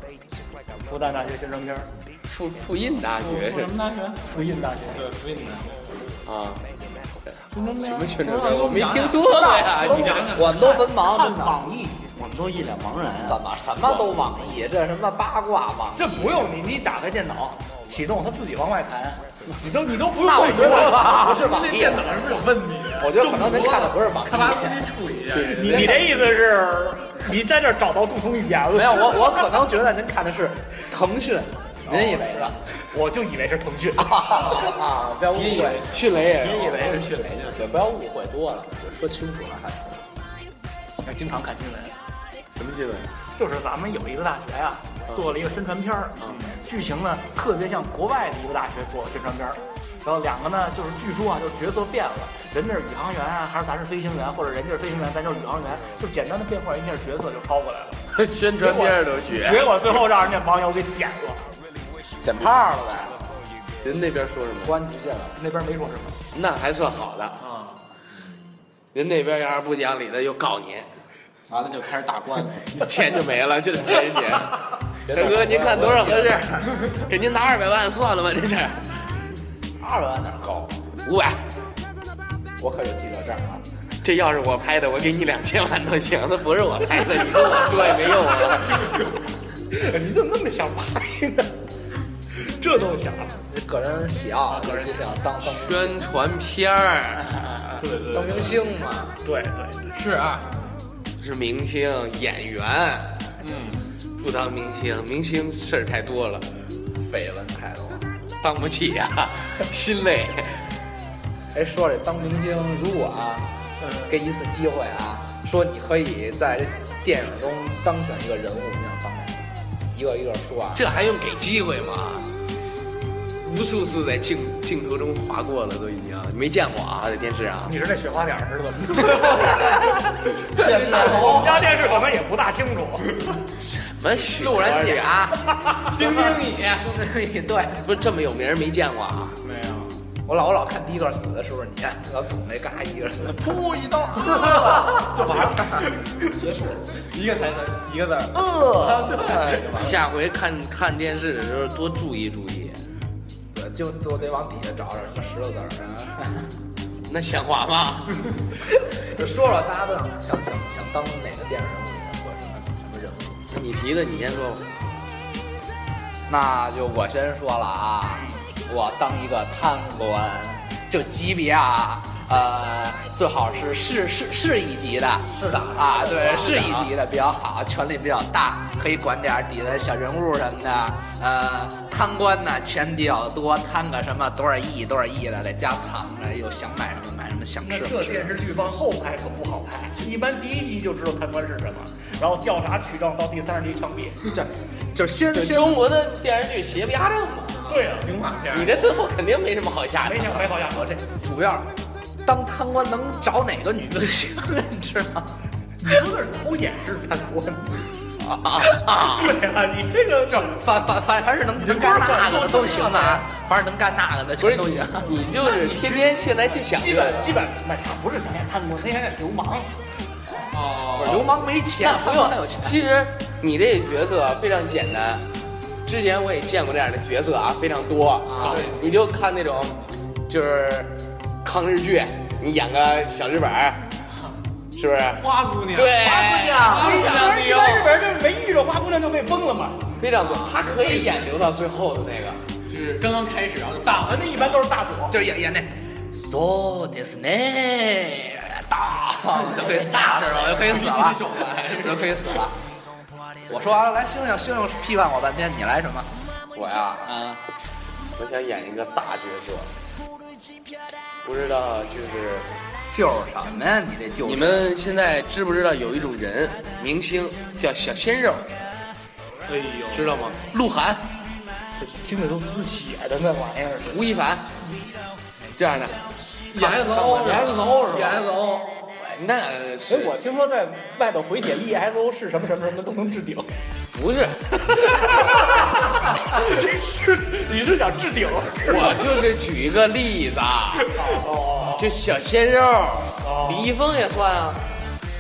Speaker 3: 复旦大学宣传片儿，
Speaker 4: 复复印大学
Speaker 6: 什么
Speaker 4: 是
Speaker 6: 大学？
Speaker 3: 复印大学。
Speaker 6: 对，复印的。
Speaker 4: 啊？
Speaker 6: 宣传
Speaker 4: 什
Speaker 6: 片？什
Speaker 4: 么宣传片？我没听说过呀！你讲讲，
Speaker 1: 我们都文盲，真
Speaker 3: 看
Speaker 1: 的。
Speaker 3: 网易，
Speaker 5: 我们都一脸茫然啊！
Speaker 1: 怎么什么都网易？这什么八卦网？
Speaker 3: 这不用你，你打开电脑启动，它自己往外弹，你都你都不用
Speaker 1: 那我
Speaker 3: 动
Speaker 1: 觉得不是
Speaker 6: 那
Speaker 1: 网易
Speaker 6: 电，脑是不是有问题啊？
Speaker 1: 我觉得可能您看的不是网
Speaker 6: 卡巴
Speaker 1: 易
Speaker 6: 斯。基处理一下。
Speaker 4: 对
Speaker 3: 你你这意思是，你在这儿找到共同语言了？
Speaker 1: 没有，我我可能觉得您看的是腾讯，您以为的
Speaker 3: 我就以为是腾 讯。哦
Speaker 1: 啊？不要误会，
Speaker 4: 迅雷也有
Speaker 5: 你以为是迅雷就行？
Speaker 1: 不要误会多了，说清楚了还是。
Speaker 3: 经常看新闻，
Speaker 4: 什么新闻？
Speaker 3: 就是咱们有一个大学呀、做了一个宣传片儿，剧情呢特别像国外的一个大学做的宣传片儿。然后两个呢，就是据说啊，就是角色变了，人家是宇航员啊，还是咱是飞行员，或者人家是飞行员，咱就是宇航员，就简单的变换一下角色就抄过来了。
Speaker 4: 宣传片都学，
Speaker 3: 结果最后让人家网友给点了，
Speaker 4: 点炮了呗。人那边说什么？
Speaker 1: 关局见了，
Speaker 3: 那边没说什么。
Speaker 4: 那还算好的。
Speaker 6: 啊，
Speaker 4: 人那边要是不讲理的，又告 你，
Speaker 5: 完了就开始打官 司。
Speaker 4: 钱就没了，就得赔人 钱。大哥，您看多少合适？ 给您拿二百万算了吧，这是
Speaker 1: 二百万哪儿高？
Speaker 4: 五百。
Speaker 1: 我可有记者证啊！
Speaker 4: 这要是我拍的，我给你两千万都行。那不是我拍的，你跟我说也没用 啊。
Speaker 3: 哎你怎么那么想拍呢？这都想，
Speaker 1: 个人喜好，就是想当当
Speaker 4: 宣传片儿
Speaker 6: 对对
Speaker 1: 当
Speaker 6: 对，
Speaker 1: 明星嘛。
Speaker 3: 对对对，
Speaker 6: 是啊，
Speaker 4: 是明星演员，嗯，不当明星，明星事儿太多了，
Speaker 1: 绯闻太多。
Speaker 4: 当不起呀、心累。
Speaker 1: 哎，说这当明星，如果啊，给一次机会啊，说你可以在电影中当选一个人物，你想当哪个？一个一个说啊。
Speaker 4: 这还用给机会吗？无数次在镜镜头中划过了，都已经没见过啊，在电视啊。
Speaker 3: 你是那雪花点儿是怎么
Speaker 5: 电视 大
Speaker 3: 我们
Speaker 5: 头，
Speaker 3: 家电视可能也不大清楚。
Speaker 4: 什么许
Speaker 1: 路人
Speaker 4: 姐
Speaker 1: 甲，
Speaker 6: 丁丁乙
Speaker 1: 对
Speaker 4: 不是这么有名儿没见过啊？
Speaker 6: 没有。
Speaker 1: 我老我老看第一个死的是不是你？老捅那嘎一个死，
Speaker 5: 噗一刀，就完了，结束了。
Speaker 6: 一个台词，一个字儿。
Speaker 5: 呃，
Speaker 4: 下回看看电视的时候多注意注意。
Speaker 1: 对，就就得往底下找找什么石头子儿。啊
Speaker 4: 那像话吗？
Speaker 1: 就说说大家都想想想想当哪个电影人物或者什么什么人物？
Speaker 4: 你提的你先说吧。
Speaker 1: 那就我先说了啊，我当一个贪官，就级别啊，呃，最好是市市市一级的，
Speaker 6: 是的
Speaker 1: 啊，对，市一级的比较好，权力比较大，可以管点儿底下小人物什么的。呃，贪官呢，钱比较多，贪个什么多少亿多少亿的，在家藏着，又想买什么买什么，想
Speaker 3: 那
Speaker 1: 吃什
Speaker 3: 这
Speaker 1: 么吃什
Speaker 3: 电
Speaker 1: 么。
Speaker 3: 视剧往后拍可不好拍，一般第一集就知道贪官是什么，然后调查取证到第三十集枪 毙。
Speaker 4: 这
Speaker 1: 就是先
Speaker 4: 就
Speaker 1: 先
Speaker 4: 中国的电视剧邪不压正嘛，
Speaker 3: 对啊，
Speaker 6: 警马
Speaker 1: 哎
Speaker 6: 片
Speaker 4: 你这最后肯定没什么好下
Speaker 3: 没
Speaker 4: 场。
Speaker 3: 想没好下场。这
Speaker 1: 主要，当贪官能找哪个女明星， 你知道吗？
Speaker 3: 你说的是偷掩是贪 官？对啊，你这个这
Speaker 1: 反反反正是能能干那个的都行的啊，反正能干那个的
Speaker 4: 不是
Speaker 1: 全都
Speaker 4: 你
Speaker 1: 行。，
Speaker 4: 你就是天天现在就想
Speaker 3: 基
Speaker 4: 这
Speaker 3: 本
Speaker 4: 个，
Speaker 3: 基本那他不是想演贪官，他想演流氓。
Speaker 1: 不
Speaker 6: 哦，
Speaker 1: 是流氓 没钱
Speaker 4: 那，不
Speaker 1: 贪
Speaker 4: 用
Speaker 1: 官才有钱。。
Speaker 4: 其实你这个角色非常简单，之前我也见过这样的角色啊，非常多啊。你就看那种，就是抗日剧，你演个小日本 儿，是不是？
Speaker 6: 花姑娘，
Speaker 4: 对，
Speaker 6: 啊
Speaker 3: 当
Speaker 6: 哦
Speaker 3: 然一般日本人就是没遇着花姑娘就被崩了嘛。
Speaker 4: 非常多，他可以演留到最后的那个。
Speaker 6: 就是刚刚开始，啊然后就大
Speaker 3: 人家一般都是大佐，
Speaker 1: 就是演演那，そうですね， 大就可以死了是吧？
Speaker 4: 哎
Speaker 1: 就可以死了， 就可以死了。我说完了，来星星，星星批判我半天，你来什么？
Speaker 4: 我呀，
Speaker 1: 啊，
Speaker 4: 我想演一个大角色，不知道就是
Speaker 1: 就是什么呀？你这就
Speaker 4: 你们现在知不知道有一种人，明星叫小鲜肉，
Speaker 6: 哎呦，
Speaker 4: 知道吗？鹿晗、
Speaker 3: 听着都滋血的那玩意儿。
Speaker 4: 吴亦凡，这样的，
Speaker 6: EXO
Speaker 4: 看过
Speaker 3: EXO 是吧？
Speaker 6: PSO
Speaker 4: 那呃
Speaker 3: 哎
Speaker 4: 是，
Speaker 3: 我听说在外头回帖 EXO 是什么什么什么都能置 顶，
Speaker 4: 不是？
Speaker 3: 这是你是想置顶？
Speaker 4: 我就是举一个例子，啊，就小鲜肉，李易峰也算啊，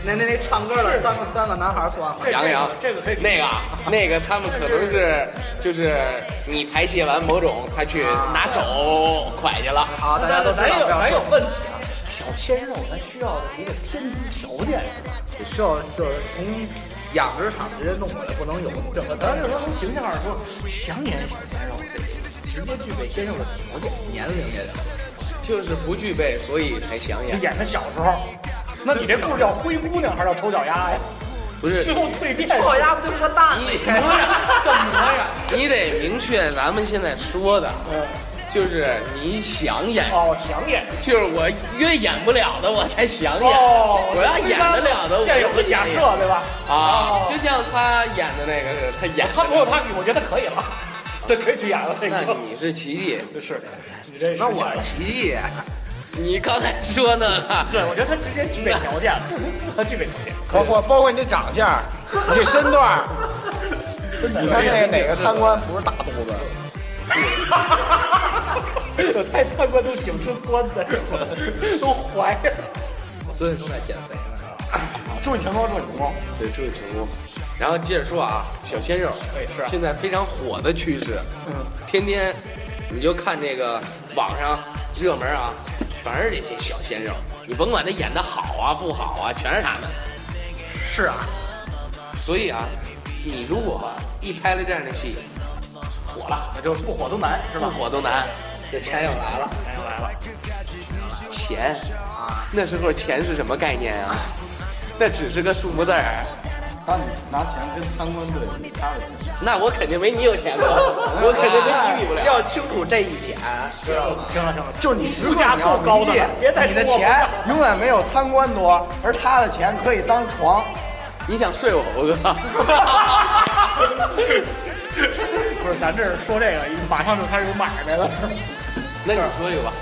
Speaker 1: 那那那唱歌的三个三个男孩算吗？
Speaker 4: 杨洋，
Speaker 3: 这个可以
Speaker 4: 那个啊那个他们可能是就是你排泄完某种，他去拿手蒯去了。
Speaker 1: 好，大家都知
Speaker 3: 咱
Speaker 1: 道
Speaker 3: 有
Speaker 1: 不要
Speaker 3: 咱有
Speaker 1: 说。
Speaker 3: 问题啊，小鲜肉咱需要一个天资条件是吧？
Speaker 1: 需要就是从养殖场这些弄过来，不能有整个
Speaker 3: 咱就说从形象上说，想演小鲜肉，直接具备鲜肉的条件，
Speaker 1: 年龄也得。
Speaker 4: 就是不具备，所以才想
Speaker 3: 就
Speaker 4: 演。
Speaker 3: 演他小时候。那你这故事叫灰姑娘还是叫丑小鸭呀？
Speaker 4: 不是
Speaker 3: 最，后蜕变。
Speaker 1: 臭鸭不就是个蛋
Speaker 4: 你
Speaker 1: 吗？
Speaker 3: 怎么呀？
Speaker 4: 你得明确咱们现在说的，就是你想演，
Speaker 3: 哦，想演。
Speaker 4: 就是我越演不了的我才想演，
Speaker 3: 哦，
Speaker 4: 我要演得了的我
Speaker 3: 现在有
Speaker 4: 就
Speaker 3: 个
Speaker 4: 不
Speaker 3: 假
Speaker 4: 想
Speaker 3: 设
Speaker 4: 演
Speaker 3: 对吧？
Speaker 4: 啊
Speaker 3: 哦。
Speaker 4: 就像他演的那个是，他演的
Speaker 3: 他没有他，我觉得可以了，这可以去演了。这
Speaker 4: 那
Speaker 3: 个
Speaker 4: 你是奇迹，
Speaker 3: 是，你这
Speaker 1: 那我奇迹，
Speaker 4: 你刚才说那个，
Speaker 3: 对，我觉得他直接具备条件了，他具备条件。
Speaker 5: 包括包括你这长相，你这身段儿，你看那个哪个贪官不是大肚子？
Speaker 3: 我太贪官都喜欢吃酸的， 都怀了。
Speaker 1: 所以都在减肥呢。
Speaker 5: 祝你成功，祝你成功！
Speaker 4: 对，祝你成功。然后接着说啊，小鲜肉，
Speaker 3: 对是啊嗯
Speaker 4: 现在非常火的趋势，天天你就看这个网上热门啊，全是这些小鲜肉，你甭管他演的好啊不好啊，全是他们。
Speaker 1: 是啊，
Speaker 4: 所以啊，你如果一拍了这样的戏，
Speaker 3: 火了，那就不火都难，是
Speaker 4: 不
Speaker 3: 吧？
Speaker 4: 火都难。
Speaker 1: 这钱又来了。
Speaker 3: 哎来了，
Speaker 4: 钱，啊那时候钱是什么概念啊？那只是个数目字儿，
Speaker 5: 当你拿钱跟贪官对比，他的钱，
Speaker 4: 那我肯定没你有钱 多，我肯定跟你比不了。
Speaker 1: 要清楚这一点，知道吗？
Speaker 3: 行了行了，
Speaker 5: 就是你时
Speaker 3: 评价够高的，别再
Speaker 5: 你的
Speaker 3: 说我
Speaker 5: 钱
Speaker 3: 不
Speaker 5: 永远没有贪官多，而他的钱可以当床。
Speaker 4: 你想睡我猴 哥？
Speaker 3: 不是，咱这儿说这个，马上就开始有买卖了。
Speaker 4: 那你说一个吧。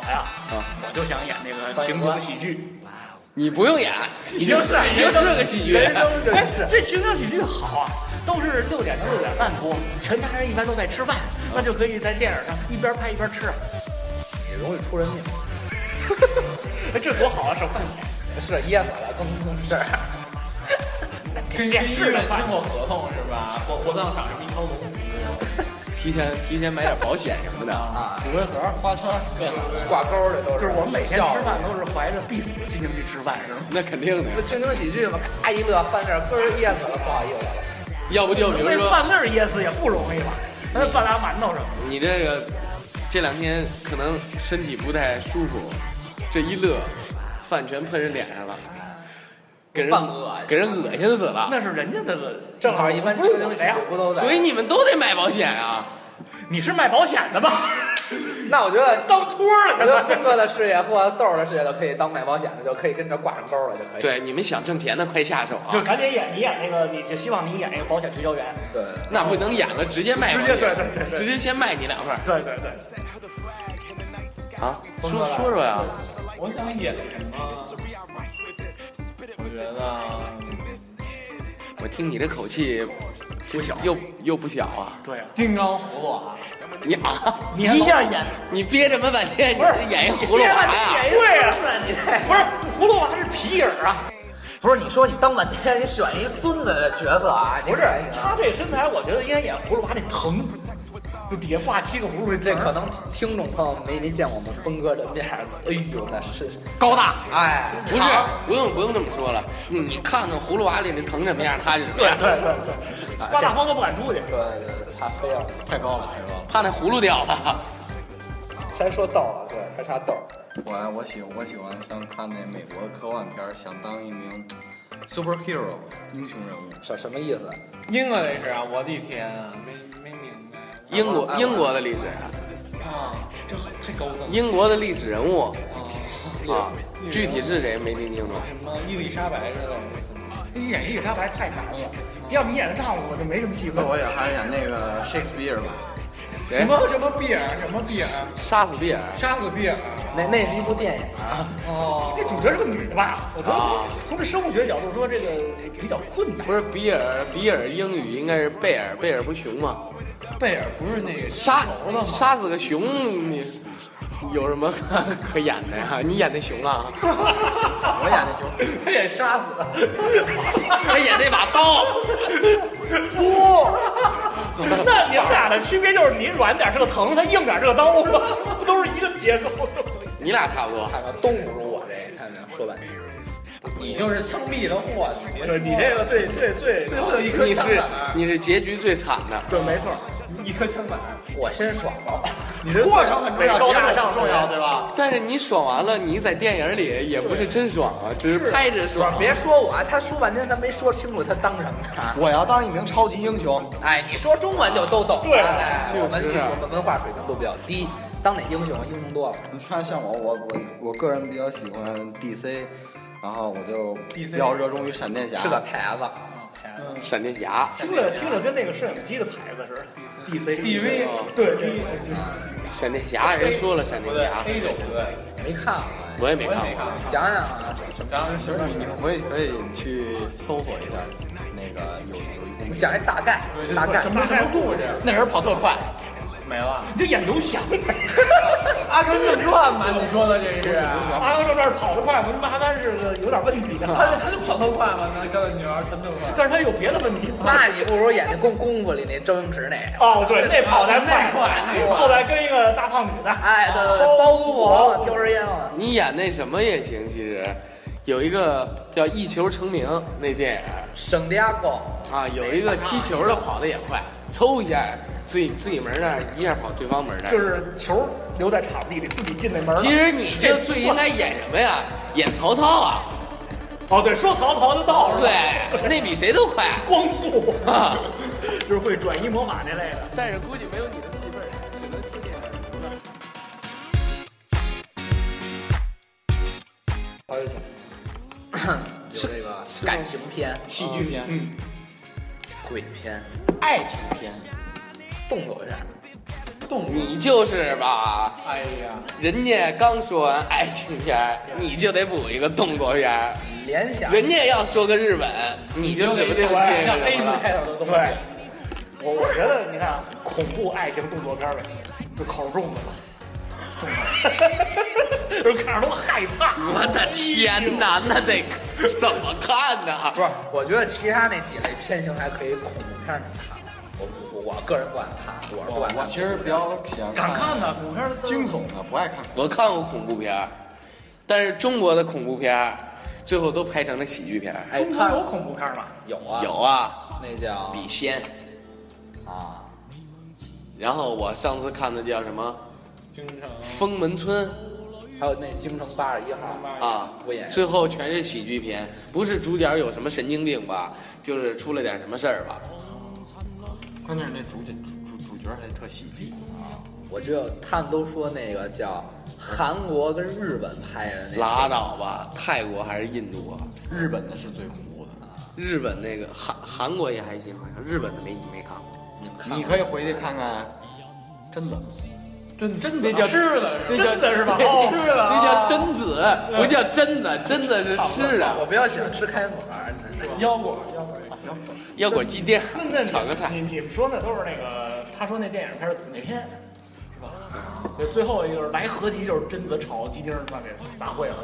Speaker 3: 我呀，我就想演那个情景喜剧。
Speaker 4: 你不用演，你就是你就是个喜剧。
Speaker 3: 哎，这情景喜剧好啊，都是六点到六点半播，全家人一般都在吃饭，那就可以在电影上一边拍一边吃，啊
Speaker 1: 你容易出人命。
Speaker 3: 哎，这多好啊，省饭钱。
Speaker 1: 是噎死了，更更事儿。
Speaker 3: 电
Speaker 6: 跟电
Speaker 3: 视
Speaker 6: 视
Speaker 3: 的
Speaker 6: 的经过合同是吧？火火葬场什么一条龙服务，
Speaker 4: 提前提前买点保险什么的啊。
Speaker 5: 骨灰盒、花圈，
Speaker 1: 挂钩的都是。
Speaker 3: 就是我们每天吃饭都是怀着必死的心情去吃饭，是吗？
Speaker 4: 那肯定的，
Speaker 1: 不青春喜剧嘛，咔一乐，翻点儿，咯儿噎死了，不好意思了。
Speaker 4: 要不就比如
Speaker 3: 那
Speaker 4: 说
Speaker 3: 饭粒儿噎死也不容易吧？那饭俩馒头什么？
Speaker 4: 你这个这两天可能身体不太舒服，这一乐，饭全喷人脸上了，给人
Speaker 1: 犯恶
Speaker 4: 给人恶心死了。
Speaker 1: 啊
Speaker 3: 那是人家的，
Speaker 1: 正好一般清明节不都在？
Speaker 4: 所以你们都得买保险啊！
Speaker 3: 你是卖保险的吧？
Speaker 1: 那我觉得
Speaker 3: 当托儿
Speaker 1: 我觉得
Speaker 3: 了，
Speaker 1: 峰哥的事业或者豆儿的事业都可以当卖保险的，就可以跟这挂上钩了，就可以。
Speaker 4: 对，你们想挣钱的快下手啊！
Speaker 3: 就赶紧演，你演那个，你就希望你演那个保险推销员。
Speaker 1: 对，
Speaker 4: 那不能演了，直接卖保
Speaker 3: 直
Speaker 4: 险，
Speaker 3: 接对对对对
Speaker 4: 直接先卖你两份儿
Speaker 3: 对对对，
Speaker 4: 啊！说说说呀，
Speaker 6: 我想演什么？我觉得
Speaker 4: 我听你这口气，不小，又又不小啊！
Speaker 3: 对啊，
Speaker 6: 金刚葫芦娃，
Speaker 4: 你啊，
Speaker 3: 你一下演
Speaker 4: 你憋这么半天，你
Speaker 3: 不是
Speaker 4: 这演一葫芦娃呀？
Speaker 3: 对啊，
Speaker 1: 哎你
Speaker 3: 不是葫芦娃是皮影儿啊。
Speaker 1: 不是你说你当半天，你选一孙子的角色啊？
Speaker 3: 不是他这身材，我觉得应该演葫芦娃那疼，就底下挂七个葫芦那
Speaker 1: 这
Speaker 3: 疼
Speaker 1: 可能听众朋友没没见过我们峰哥人这样，哎呦那是
Speaker 4: 高大。
Speaker 1: 哎，
Speaker 4: 不是，不用不用这么说了，嗯你看看葫芦娃里那疼什么样，他就是
Speaker 3: 对对对对，刮大风都不敢出去。
Speaker 1: 啊对对对，他非要
Speaker 5: 太高了，太高了。
Speaker 4: 怕那葫芦掉了。
Speaker 1: 还说豆儿了，对，还差豆儿。
Speaker 5: 我我喜我喜欢像看那美国的科幻片儿，想当一名 superhero 英雄人物。
Speaker 1: 什什么意思？
Speaker 6: 英啊那是啊，我的天啊，没没明白
Speaker 4: 英国英国的历史，啊
Speaker 6: 啊，这太高深了
Speaker 4: 英国的历史人物
Speaker 6: 啊！
Speaker 4: 啊，具体是谁没听清楚。
Speaker 6: 什么伊丽莎白之类的，
Speaker 3: 你演伊丽莎白太难了，要不你演得上我就没什么戏份
Speaker 5: 那。我也还是演那个 Shakespeare 吧。
Speaker 6: 什
Speaker 4: 哎，
Speaker 6: 么什么比尔，什么比尔，
Speaker 4: 杀死比尔
Speaker 6: 杀死比尔。
Speaker 1: 那那是一部电影啊，
Speaker 6: 哦
Speaker 3: 那主角是个女的吧？我觉
Speaker 4: 啊
Speaker 3: 得从这生物学角度说，这个比较困难。
Speaker 4: 不是比尔，比尔英语应该是贝尔，贝尔不是熊吗？
Speaker 6: 贝尔不是那个
Speaker 4: 杀
Speaker 6: 头的吗？
Speaker 4: 杀死个熊，你有什么可可演的呀？你演那熊啊？
Speaker 5: 我演那行，
Speaker 6: 他也杀死了。
Speaker 4: 他演那把刀，
Speaker 3: 那你们俩的区别就是，你软点是个疼，他硬点是个刀，不都是一个结构？
Speaker 4: 你俩差不多。
Speaker 1: 看看都不如我这，看看说半天。
Speaker 6: 你就是枪毙的货，你别
Speaker 3: 就是你这个最最最
Speaker 6: 最后有一颗
Speaker 4: 你
Speaker 6: 枪
Speaker 4: 是
Speaker 6: 板，
Speaker 4: 你是结局最惨的。
Speaker 3: 对，没错，
Speaker 6: 一颗枪板，
Speaker 1: 我先爽了，
Speaker 3: 你这
Speaker 5: 过程很重要，
Speaker 3: 高
Speaker 5: 结果
Speaker 3: 大
Speaker 5: 很
Speaker 3: 上
Speaker 5: 重要，对吧？
Speaker 4: 但是你爽完了，你在电影里也不是真爽啊，只是拍着爽。
Speaker 1: 别说我，啊他说半天他没说清楚他当什么的。
Speaker 5: 我要当一名超级英雄，
Speaker 1: 哎，你说中文就都懂了。
Speaker 3: 对
Speaker 1: 哎
Speaker 4: 就是
Speaker 1: 我们我们文化水平都比较低，当哪英雄英雄多了。
Speaker 5: 你看，像我，我我我个人比较喜欢 DC，然后我就比较热衷于闪电侠。
Speaker 1: 是个牌子，
Speaker 4: 闪电侠，
Speaker 3: 听着听着跟那个摄影机的牌子似的，DC
Speaker 6: DV
Speaker 3: 对 D
Speaker 4: 闪电侠，人家说了闪电侠，
Speaker 6: 黑九对，
Speaker 1: 没看过，
Speaker 4: 我也没
Speaker 6: 我
Speaker 4: 看
Speaker 6: 也没看
Speaker 4: 过。
Speaker 6: 过。
Speaker 1: 讲讲啊，什么？
Speaker 6: 然后什
Speaker 5: 你你可以可以去搜索一下，那个有有一部美剧
Speaker 1: 讲一大概，大概
Speaker 3: 什么什么故事？
Speaker 4: 那人跑特快，
Speaker 6: 没了？
Speaker 3: 你这演刘翔呢？
Speaker 6: 阿甘正传吗？你说的这是？
Speaker 3: 阿甘这边跑得快，我他妈阿甘是个有点问题
Speaker 6: 他
Speaker 3: 的，
Speaker 6: 就他就跑特快嘛，那甘女儿真特快。
Speaker 3: 但是他有别的问题。
Speaker 1: 那你不如演那功功夫里那周星驰那个。
Speaker 3: 哦，对，那跑得太
Speaker 4: 那快那快
Speaker 3: 后来跟一个大胖女的，
Speaker 1: 哎，对对对，包租婆嘛，丢人烟了。
Speaker 4: 你演那什么也行，其实。有一个叫《一球成名》那电影
Speaker 1: 省迪亚高，
Speaker 4: 啊，有一个踢球的跑得也快，嗖一下自己自己门那儿一下跑对方门那儿。
Speaker 3: 就是球留在场地里，自己进那门了。
Speaker 4: 其实你这最应该演什么呀？演曹操啊，
Speaker 3: 哦，对，说曹操就到是吧？
Speaker 4: 对，那比谁都快
Speaker 3: 光速，
Speaker 4: 啊。
Speaker 3: 就是会转移魔法那类的。
Speaker 4: 但是估计没有你的戏份儿，只能听电影了。
Speaker 1: 还有一种有这个感情片、
Speaker 5: 喜剧片、
Speaker 1: 鬼片、
Speaker 5: 爱情片，
Speaker 1: 动作片。
Speaker 4: 你就是吧？
Speaker 6: 哎呀，
Speaker 4: 人家刚说完爱情片儿，你就得补一个动作片儿。
Speaker 1: 联想
Speaker 4: 人家要说个日本，你就指不定接
Speaker 6: 像
Speaker 4: 个
Speaker 6: A
Speaker 4: 什么
Speaker 6: 字
Speaker 4: 了。
Speaker 6: 开头的东西。
Speaker 3: 对，我我觉得你看啊，恐怖爱情动作片呗，就口重的吧。 就是看着都害怕，
Speaker 4: 我的天哪，那得怎么看 呢？
Speaker 1: 不是，我觉得其他那几类片型还可以，恐怖片儿你看吗？我我我个人不敢看，我是不敢
Speaker 5: 我
Speaker 1: 看。
Speaker 5: 其实比较喜欢
Speaker 3: 敢
Speaker 5: 看
Speaker 3: 看的恐怖片儿都
Speaker 5: 惊悚的，不爱看。
Speaker 4: 我看过恐怖片儿，但是中国的恐怖片儿最后都拍成了喜剧片儿。
Speaker 1: 哎，
Speaker 3: 中国
Speaker 1: 他
Speaker 3: 有恐怖片儿吗？
Speaker 1: 有啊
Speaker 4: 有，啊，
Speaker 1: 那叫
Speaker 4: 笔仙。
Speaker 1: 啊，
Speaker 4: 然后我上次看的叫什么？
Speaker 6: 京城
Speaker 4: 封门村
Speaker 1: 还有那京城八十一号
Speaker 4: 啊，
Speaker 1: 不演。
Speaker 4: 最后全是喜剧片，不是主角有什么神经病吧，就是出了点什么事儿吧。
Speaker 5: 关键是那主角主主主角还特喜剧，
Speaker 1: 我就他们都说那个叫韩国跟日本拍的那个，
Speaker 4: 拉倒吧，泰国还是印度啊？
Speaker 5: 日本的是最恐怖的。
Speaker 4: 日本那个韩韩国也还行，好像日本的没没看过。
Speaker 1: 你们看
Speaker 5: 啊你
Speaker 1: 过
Speaker 5: 可以回去看看，真的，
Speaker 6: 真真
Speaker 4: 那叫
Speaker 6: 吃的
Speaker 4: 那
Speaker 6: 是吧
Speaker 4: 叫
Speaker 3: 真的是 嗯吧
Speaker 4: 那
Speaker 3: 哦
Speaker 4: 那那叫贞子，不叫真的，真的是吃
Speaker 1: 吗我
Speaker 4: 的。
Speaker 1: 比较喜欢吃开火，真是
Speaker 6: 腰果腰果。
Speaker 4: 腰果鸡丁
Speaker 3: 那那，你
Speaker 4: 炒个菜。
Speaker 3: 你你们说那都是那个，他说那电影它是姊妹篇，是吧？对，最后一个就是来合集，就是贞子炒鸡丁儿，他妈给砸会了。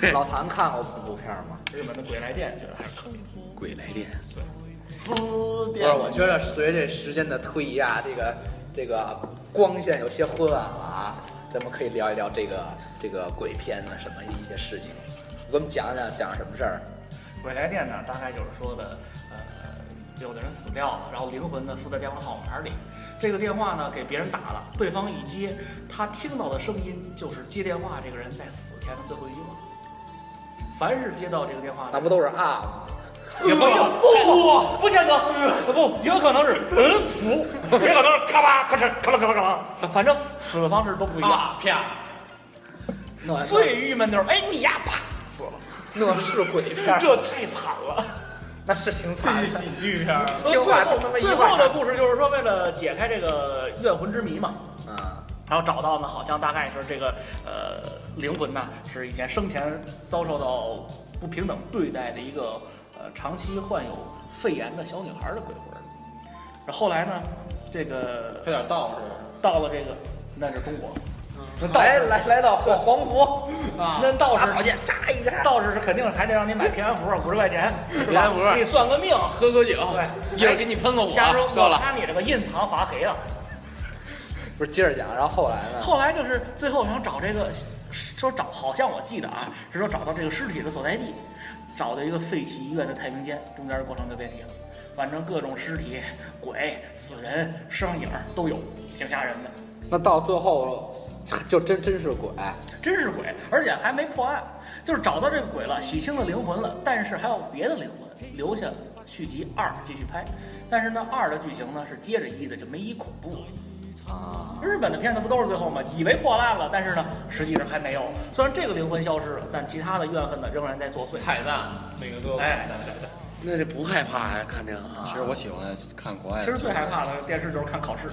Speaker 4: 对，
Speaker 1: 老谭看过恐怖片吗？
Speaker 3: 日本的鬼来电觉得还可以。
Speaker 4: 鬼来电。
Speaker 1: 不是，我觉得随着时间的推移啊，这个这个啊光线有些昏暗了啊，咱们可以聊一聊这个这个鬼片啊的什么一些事情，给我们讲讲讲什么事儿？
Speaker 3: 鬼来电呢，大概就是说的，呃，有的人死掉了，然后灵魂呢附在电话号码里，这个电话呢给别人打了，对方一接，他听到的声音就是接电话这个人在死前的最后一句话。凡是接到这个电话的人，
Speaker 1: 那不都是啊吗？
Speaker 3: 也没有，不不见得，不，也有可能是嗯噗，也 有可能是咔吧咔哧咔啦咔啦咔啦，反正死的方式都不一样。
Speaker 6: 啊啪！
Speaker 1: 那
Speaker 3: 最郁闷就是，哎你呀啪死了，
Speaker 1: 那是鬼片 儿，
Speaker 3: 这太惨 了。
Speaker 1: 那是挺惨
Speaker 6: 这是
Speaker 1: 的。
Speaker 6: 喜剧片儿，
Speaker 1: 听话
Speaker 3: 最
Speaker 1: 就那么
Speaker 3: 后
Speaker 1: 一
Speaker 3: 最
Speaker 1: 块
Speaker 3: 后的故事就是说，为了解开这个怨魂之谜嘛，
Speaker 1: 啊，
Speaker 3: 然后找到呢，好像大概是这个呃灵魂呢是以前生前遭受到不平等对待的一个呃长期患有肺炎的小女孩的鬼魂。然后后来呢，这个
Speaker 6: 快点倒是
Speaker 3: 到了这个，那是中国，
Speaker 1: 来来来到黄黄埔，
Speaker 6: 吧？啊，
Speaker 3: 那道
Speaker 1: 拿
Speaker 3: 士
Speaker 1: 宝剑扎一下，
Speaker 3: 道士是肯定还得让你买平安符，五十块钱，是
Speaker 4: 平
Speaker 3: 吧
Speaker 4: 安符
Speaker 3: 你算个命，
Speaker 4: 喝口酒
Speaker 3: 对，，哎
Speaker 4: 一会儿给你喷个火
Speaker 3: 瞎说，，
Speaker 4: 算
Speaker 3: 我
Speaker 4: 了。
Speaker 3: 掐你这个印堂发黑了。
Speaker 1: 不是接着讲，然后后来呢？
Speaker 3: 后来就是最后想找这个，说找好像我记得啊，是说找到这个尸体的所在地，找到一个废弃医院的太平间，中间的过程就别提了。反正各种尸体、鬼、死人、生影儿都有，挺吓人的，
Speaker 1: 那到最后就真真是鬼，
Speaker 3: 真是鬼，而且还没破案，就是找到这个鬼了，洗清了灵魂了，但是还有别的灵魂留下续集二继续拍，但是呢二的剧情呢是接着一的，就没一恐怖了。日本的片子不都是最后吗？以为破烂了，但是呢，实际上还没有。虽然这个灵魂消失了，但其他的怨恨呢仍然在作祟。
Speaker 6: 彩蛋，每个都有彩
Speaker 3: 哎
Speaker 6: 蛋。，
Speaker 4: 那就不害怕呀，看这个
Speaker 5: 其
Speaker 4: 啊
Speaker 5: 实。我喜欢看国外的。
Speaker 3: 其实最害怕的电视就是看考试，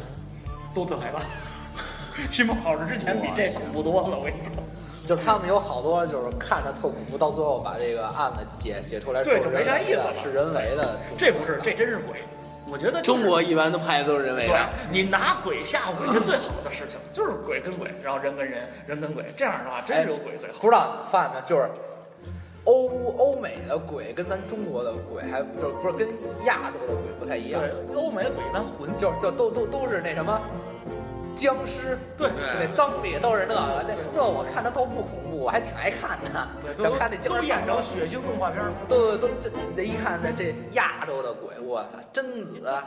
Speaker 3: 都特害怕。 期末考试之前比这恐怖多了，我跟你说。
Speaker 1: 就是他们有好多就是看着特恐怖，到最后把这个案子解解出来，
Speaker 3: 对
Speaker 1: 说
Speaker 3: 就没啥意思了
Speaker 1: 是人为的。
Speaker 3: 这不是，这真是鬼。我觉得就是
Speaker 4: 中国一般都拍的都是人为
Speaker 3: 对
Speaker 4: 的，
Speaker 3: 你拿鬼吓唬鬼是最好的事情，
Speaker 1: 嗯
Speaker 3: 就是鬼跟鬼，然后人跟人，人跟鬼，这样的话真是有鬼最好。
Speaker 1: 不知道你发现没有，就是欧欧美的鬼跟咱中国的鬼还就是不是跟亚洲的鬼不太一样，
Speaker 3: 对，欧美的鬼一般混
Speaker 1: 就是就都都都是那什么。僵尸
Speaker 3: 对
Speaker 1: 那脏里都是那个，那那我看着都不恐怖，我还挺爱看的。
Speaker 3: 对，
Speaker 1: 咱
Speaker 3: 都
Speaker 1: 们看那僵
Speaker 3: 都
Speaker 1: 尸
Speaker 3: 演成血腥动画片了。
Speaker 1: 都都这这一看这这亚洲的鬼，我操，贞子，啊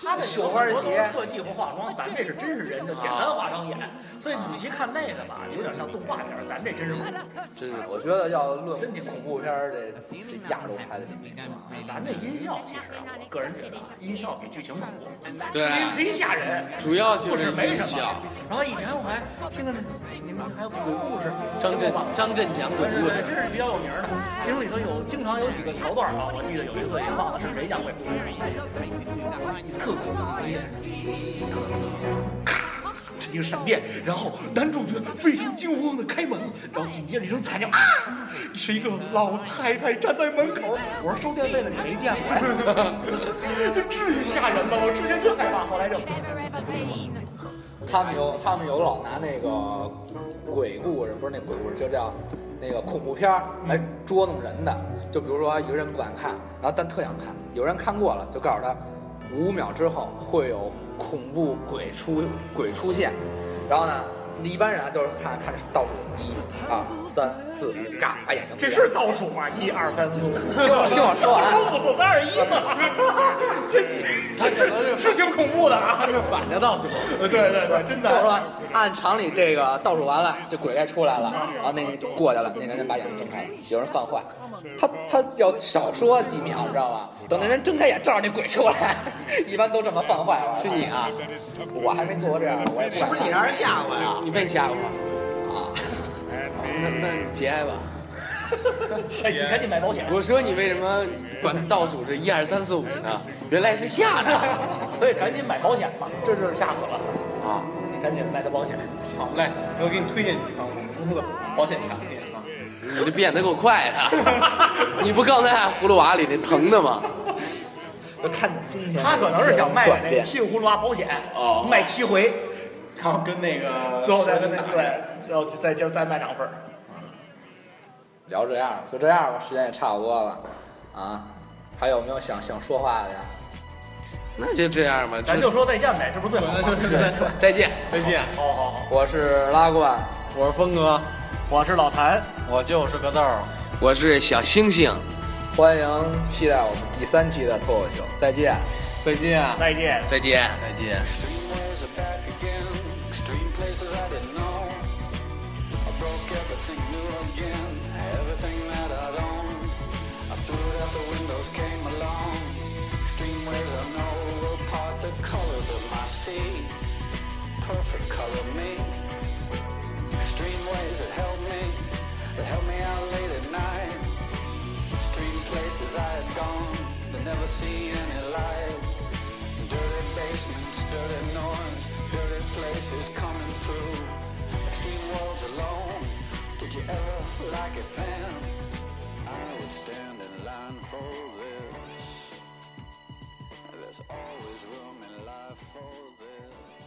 Speaker 3: 他们
Speaker 1: 绣花
Speaker 3: 有很多都
Speaker 1: 鞋啊
Speaker 3: 是特技和化妆，咱这是真是人，就简单化妆演。所以与其看那个吧，有点像动画片儿，咱这真是恐怖。
Speaker 4: 真是
Speaker 1: 我觉得要论
Speaker 3: 真挺
Speaker 1: 恐怖片儿，这这亚洲拍的挺厉害
Speaker 3: 咱这音效其实啊，我个人觉得音效比剧情恐怖，
Speaker 4: 对
Speaker 3: 因为忒吓人。
Speaker 4: 主要就
Speaker 3: 故事
Speaker 4: 是
Speaker 3: 没
Speaker 4: 音
Speaker 3: 什么
Speaker 4: 效。，
Speaker 3: 然后以前我还听着你们还有鬼故事，
Speaker 4: 张
Speaker 3: 听
Speaker 4: 震
Speaker 3: 过吧
Speaker 4: 张振强鬼
Speaker 3: 对对
Speaker 4: 故
Speaker 3: 对，
Speaker 4: 事，
Speaker 3: 这是比较有名的。其中里头有经常有几个桥段啊，我记得有一次也忘了是谁讲鬼故事，特恐怖，咔，一个闪电，然后男主角非常惊慌的开门，然后紧接着一声惨叫啊，是一个老太太站在门口，我说收电费的你没见过呀， 这至于吓人吗？我之前真害怕，后来就。
Speaker 1: 他们有他们有老拿那个鬼故事，不是那鬼故事，就叫那个恐怖片儿来捉弄人的。就比如说一个人不敢看，然后但特想看，有人看过了，就告诉他五秒之后会有恐怖鬼出鬼出现，然后呢，一般人啊就是看看倒数一、二、三、四，嘎哎把眼睛闭
Speaker 3: 这
Speaker 1: 上。
Speaker 3: 是倒数吗？一二三四五，
Speaker 1: 听我听我说啊完，
Speaker 3: 我 五四三二一 嘛。
Speaker 4: 他可能是
Speaker 3: 是挺恐怖的啊
Speaker 4: 他！是反着倒数。
Speaker 3: 对对对，真
Speaker 1: 就
Speaker 3: 的
Speaker 1: 是。说，按常理这个倒数完了，这鬼该出来了，然后那过去了，那个人把眼睛睁开了，有人犯坏，他他要少说几秒，你知道吧？等那人睁开眼，正好那鬼出来， 一般都这么犯坏。是你啊？我还没做过这样，我也不敢啊看
Speaker 4: 让人吓唬呀？你被吓唬了？
Speaker 1: 啊？
Speaker 4: 那那你节哀吧。
Speaker 3: 哎，你赶紧买保险。
Speaker 4: 我说你为什么管倒数是一二三四五呢？原来是吓的
Speaker 3: 所以赶紧买保险吧，这就是吓死了。
Speaker 4: 啊！
Speaker 3: 你赶紧买的保险。
Speaker 6: 好，来，我给你推荐几款我们公司的保险产品啊。
Speaker 4: 你这变得够快的，你不刚才还葫芦娃里那疼的吗？
Speaker 1: 就看你金钱，
Speaker 3: 他可能是想卖
Speaker 1: 转
Speaker 3: 那个
Speaker 1: 变。
Speaker 3: 气葫芦娃保险，
Speaker 4: 哦
Speaker 3: 卖七回，
Speaker 5: 然后跟那个
Speaker 3: 最后再跟那对，然后再接着再卖两份儿。
Speaker 1: 聊这样吧，就这样吧，时间也差不多了，啊，还有没有想想说话的呀？
Speaker 4: 那就这样吧，
Speaker 3: 咱就说再见呗，这不是最好吗？
Speaker 4: 再见。
Speaker 6: 再见，
Speaker 3: 好好好，
Speaker 1: 我是拉罐，
Speaker 6: 我是峰哥，
Speaker 3: 我是老谭，
Speaker 6: 我就是个豆儿。
Speaker 4: 我是小星星。
Speaker 1: 欢迎期待我们第三期的脱口秀，再见。
Speaker 6: 再见，
Speaker 3: 再见。
Speaker 4: 再见。
Speaker 6: 再见。
Speaker 7: Extreme ways are back again. Extreme places I didn't know. I broke everything new again. Everything that I'd owned. I threw it out the windows, came along. Extreme ways I know will part the colors of my sea. Perfect color me. Extreme ways that help me. That help me out late at night. Extreme places I had gone. That never see any light. Dirty basements, dirty noise, dirty places coming through. Extreme worlds alone. Did you ever like it, Pam? I would stand in line for this. There's always room in life for this.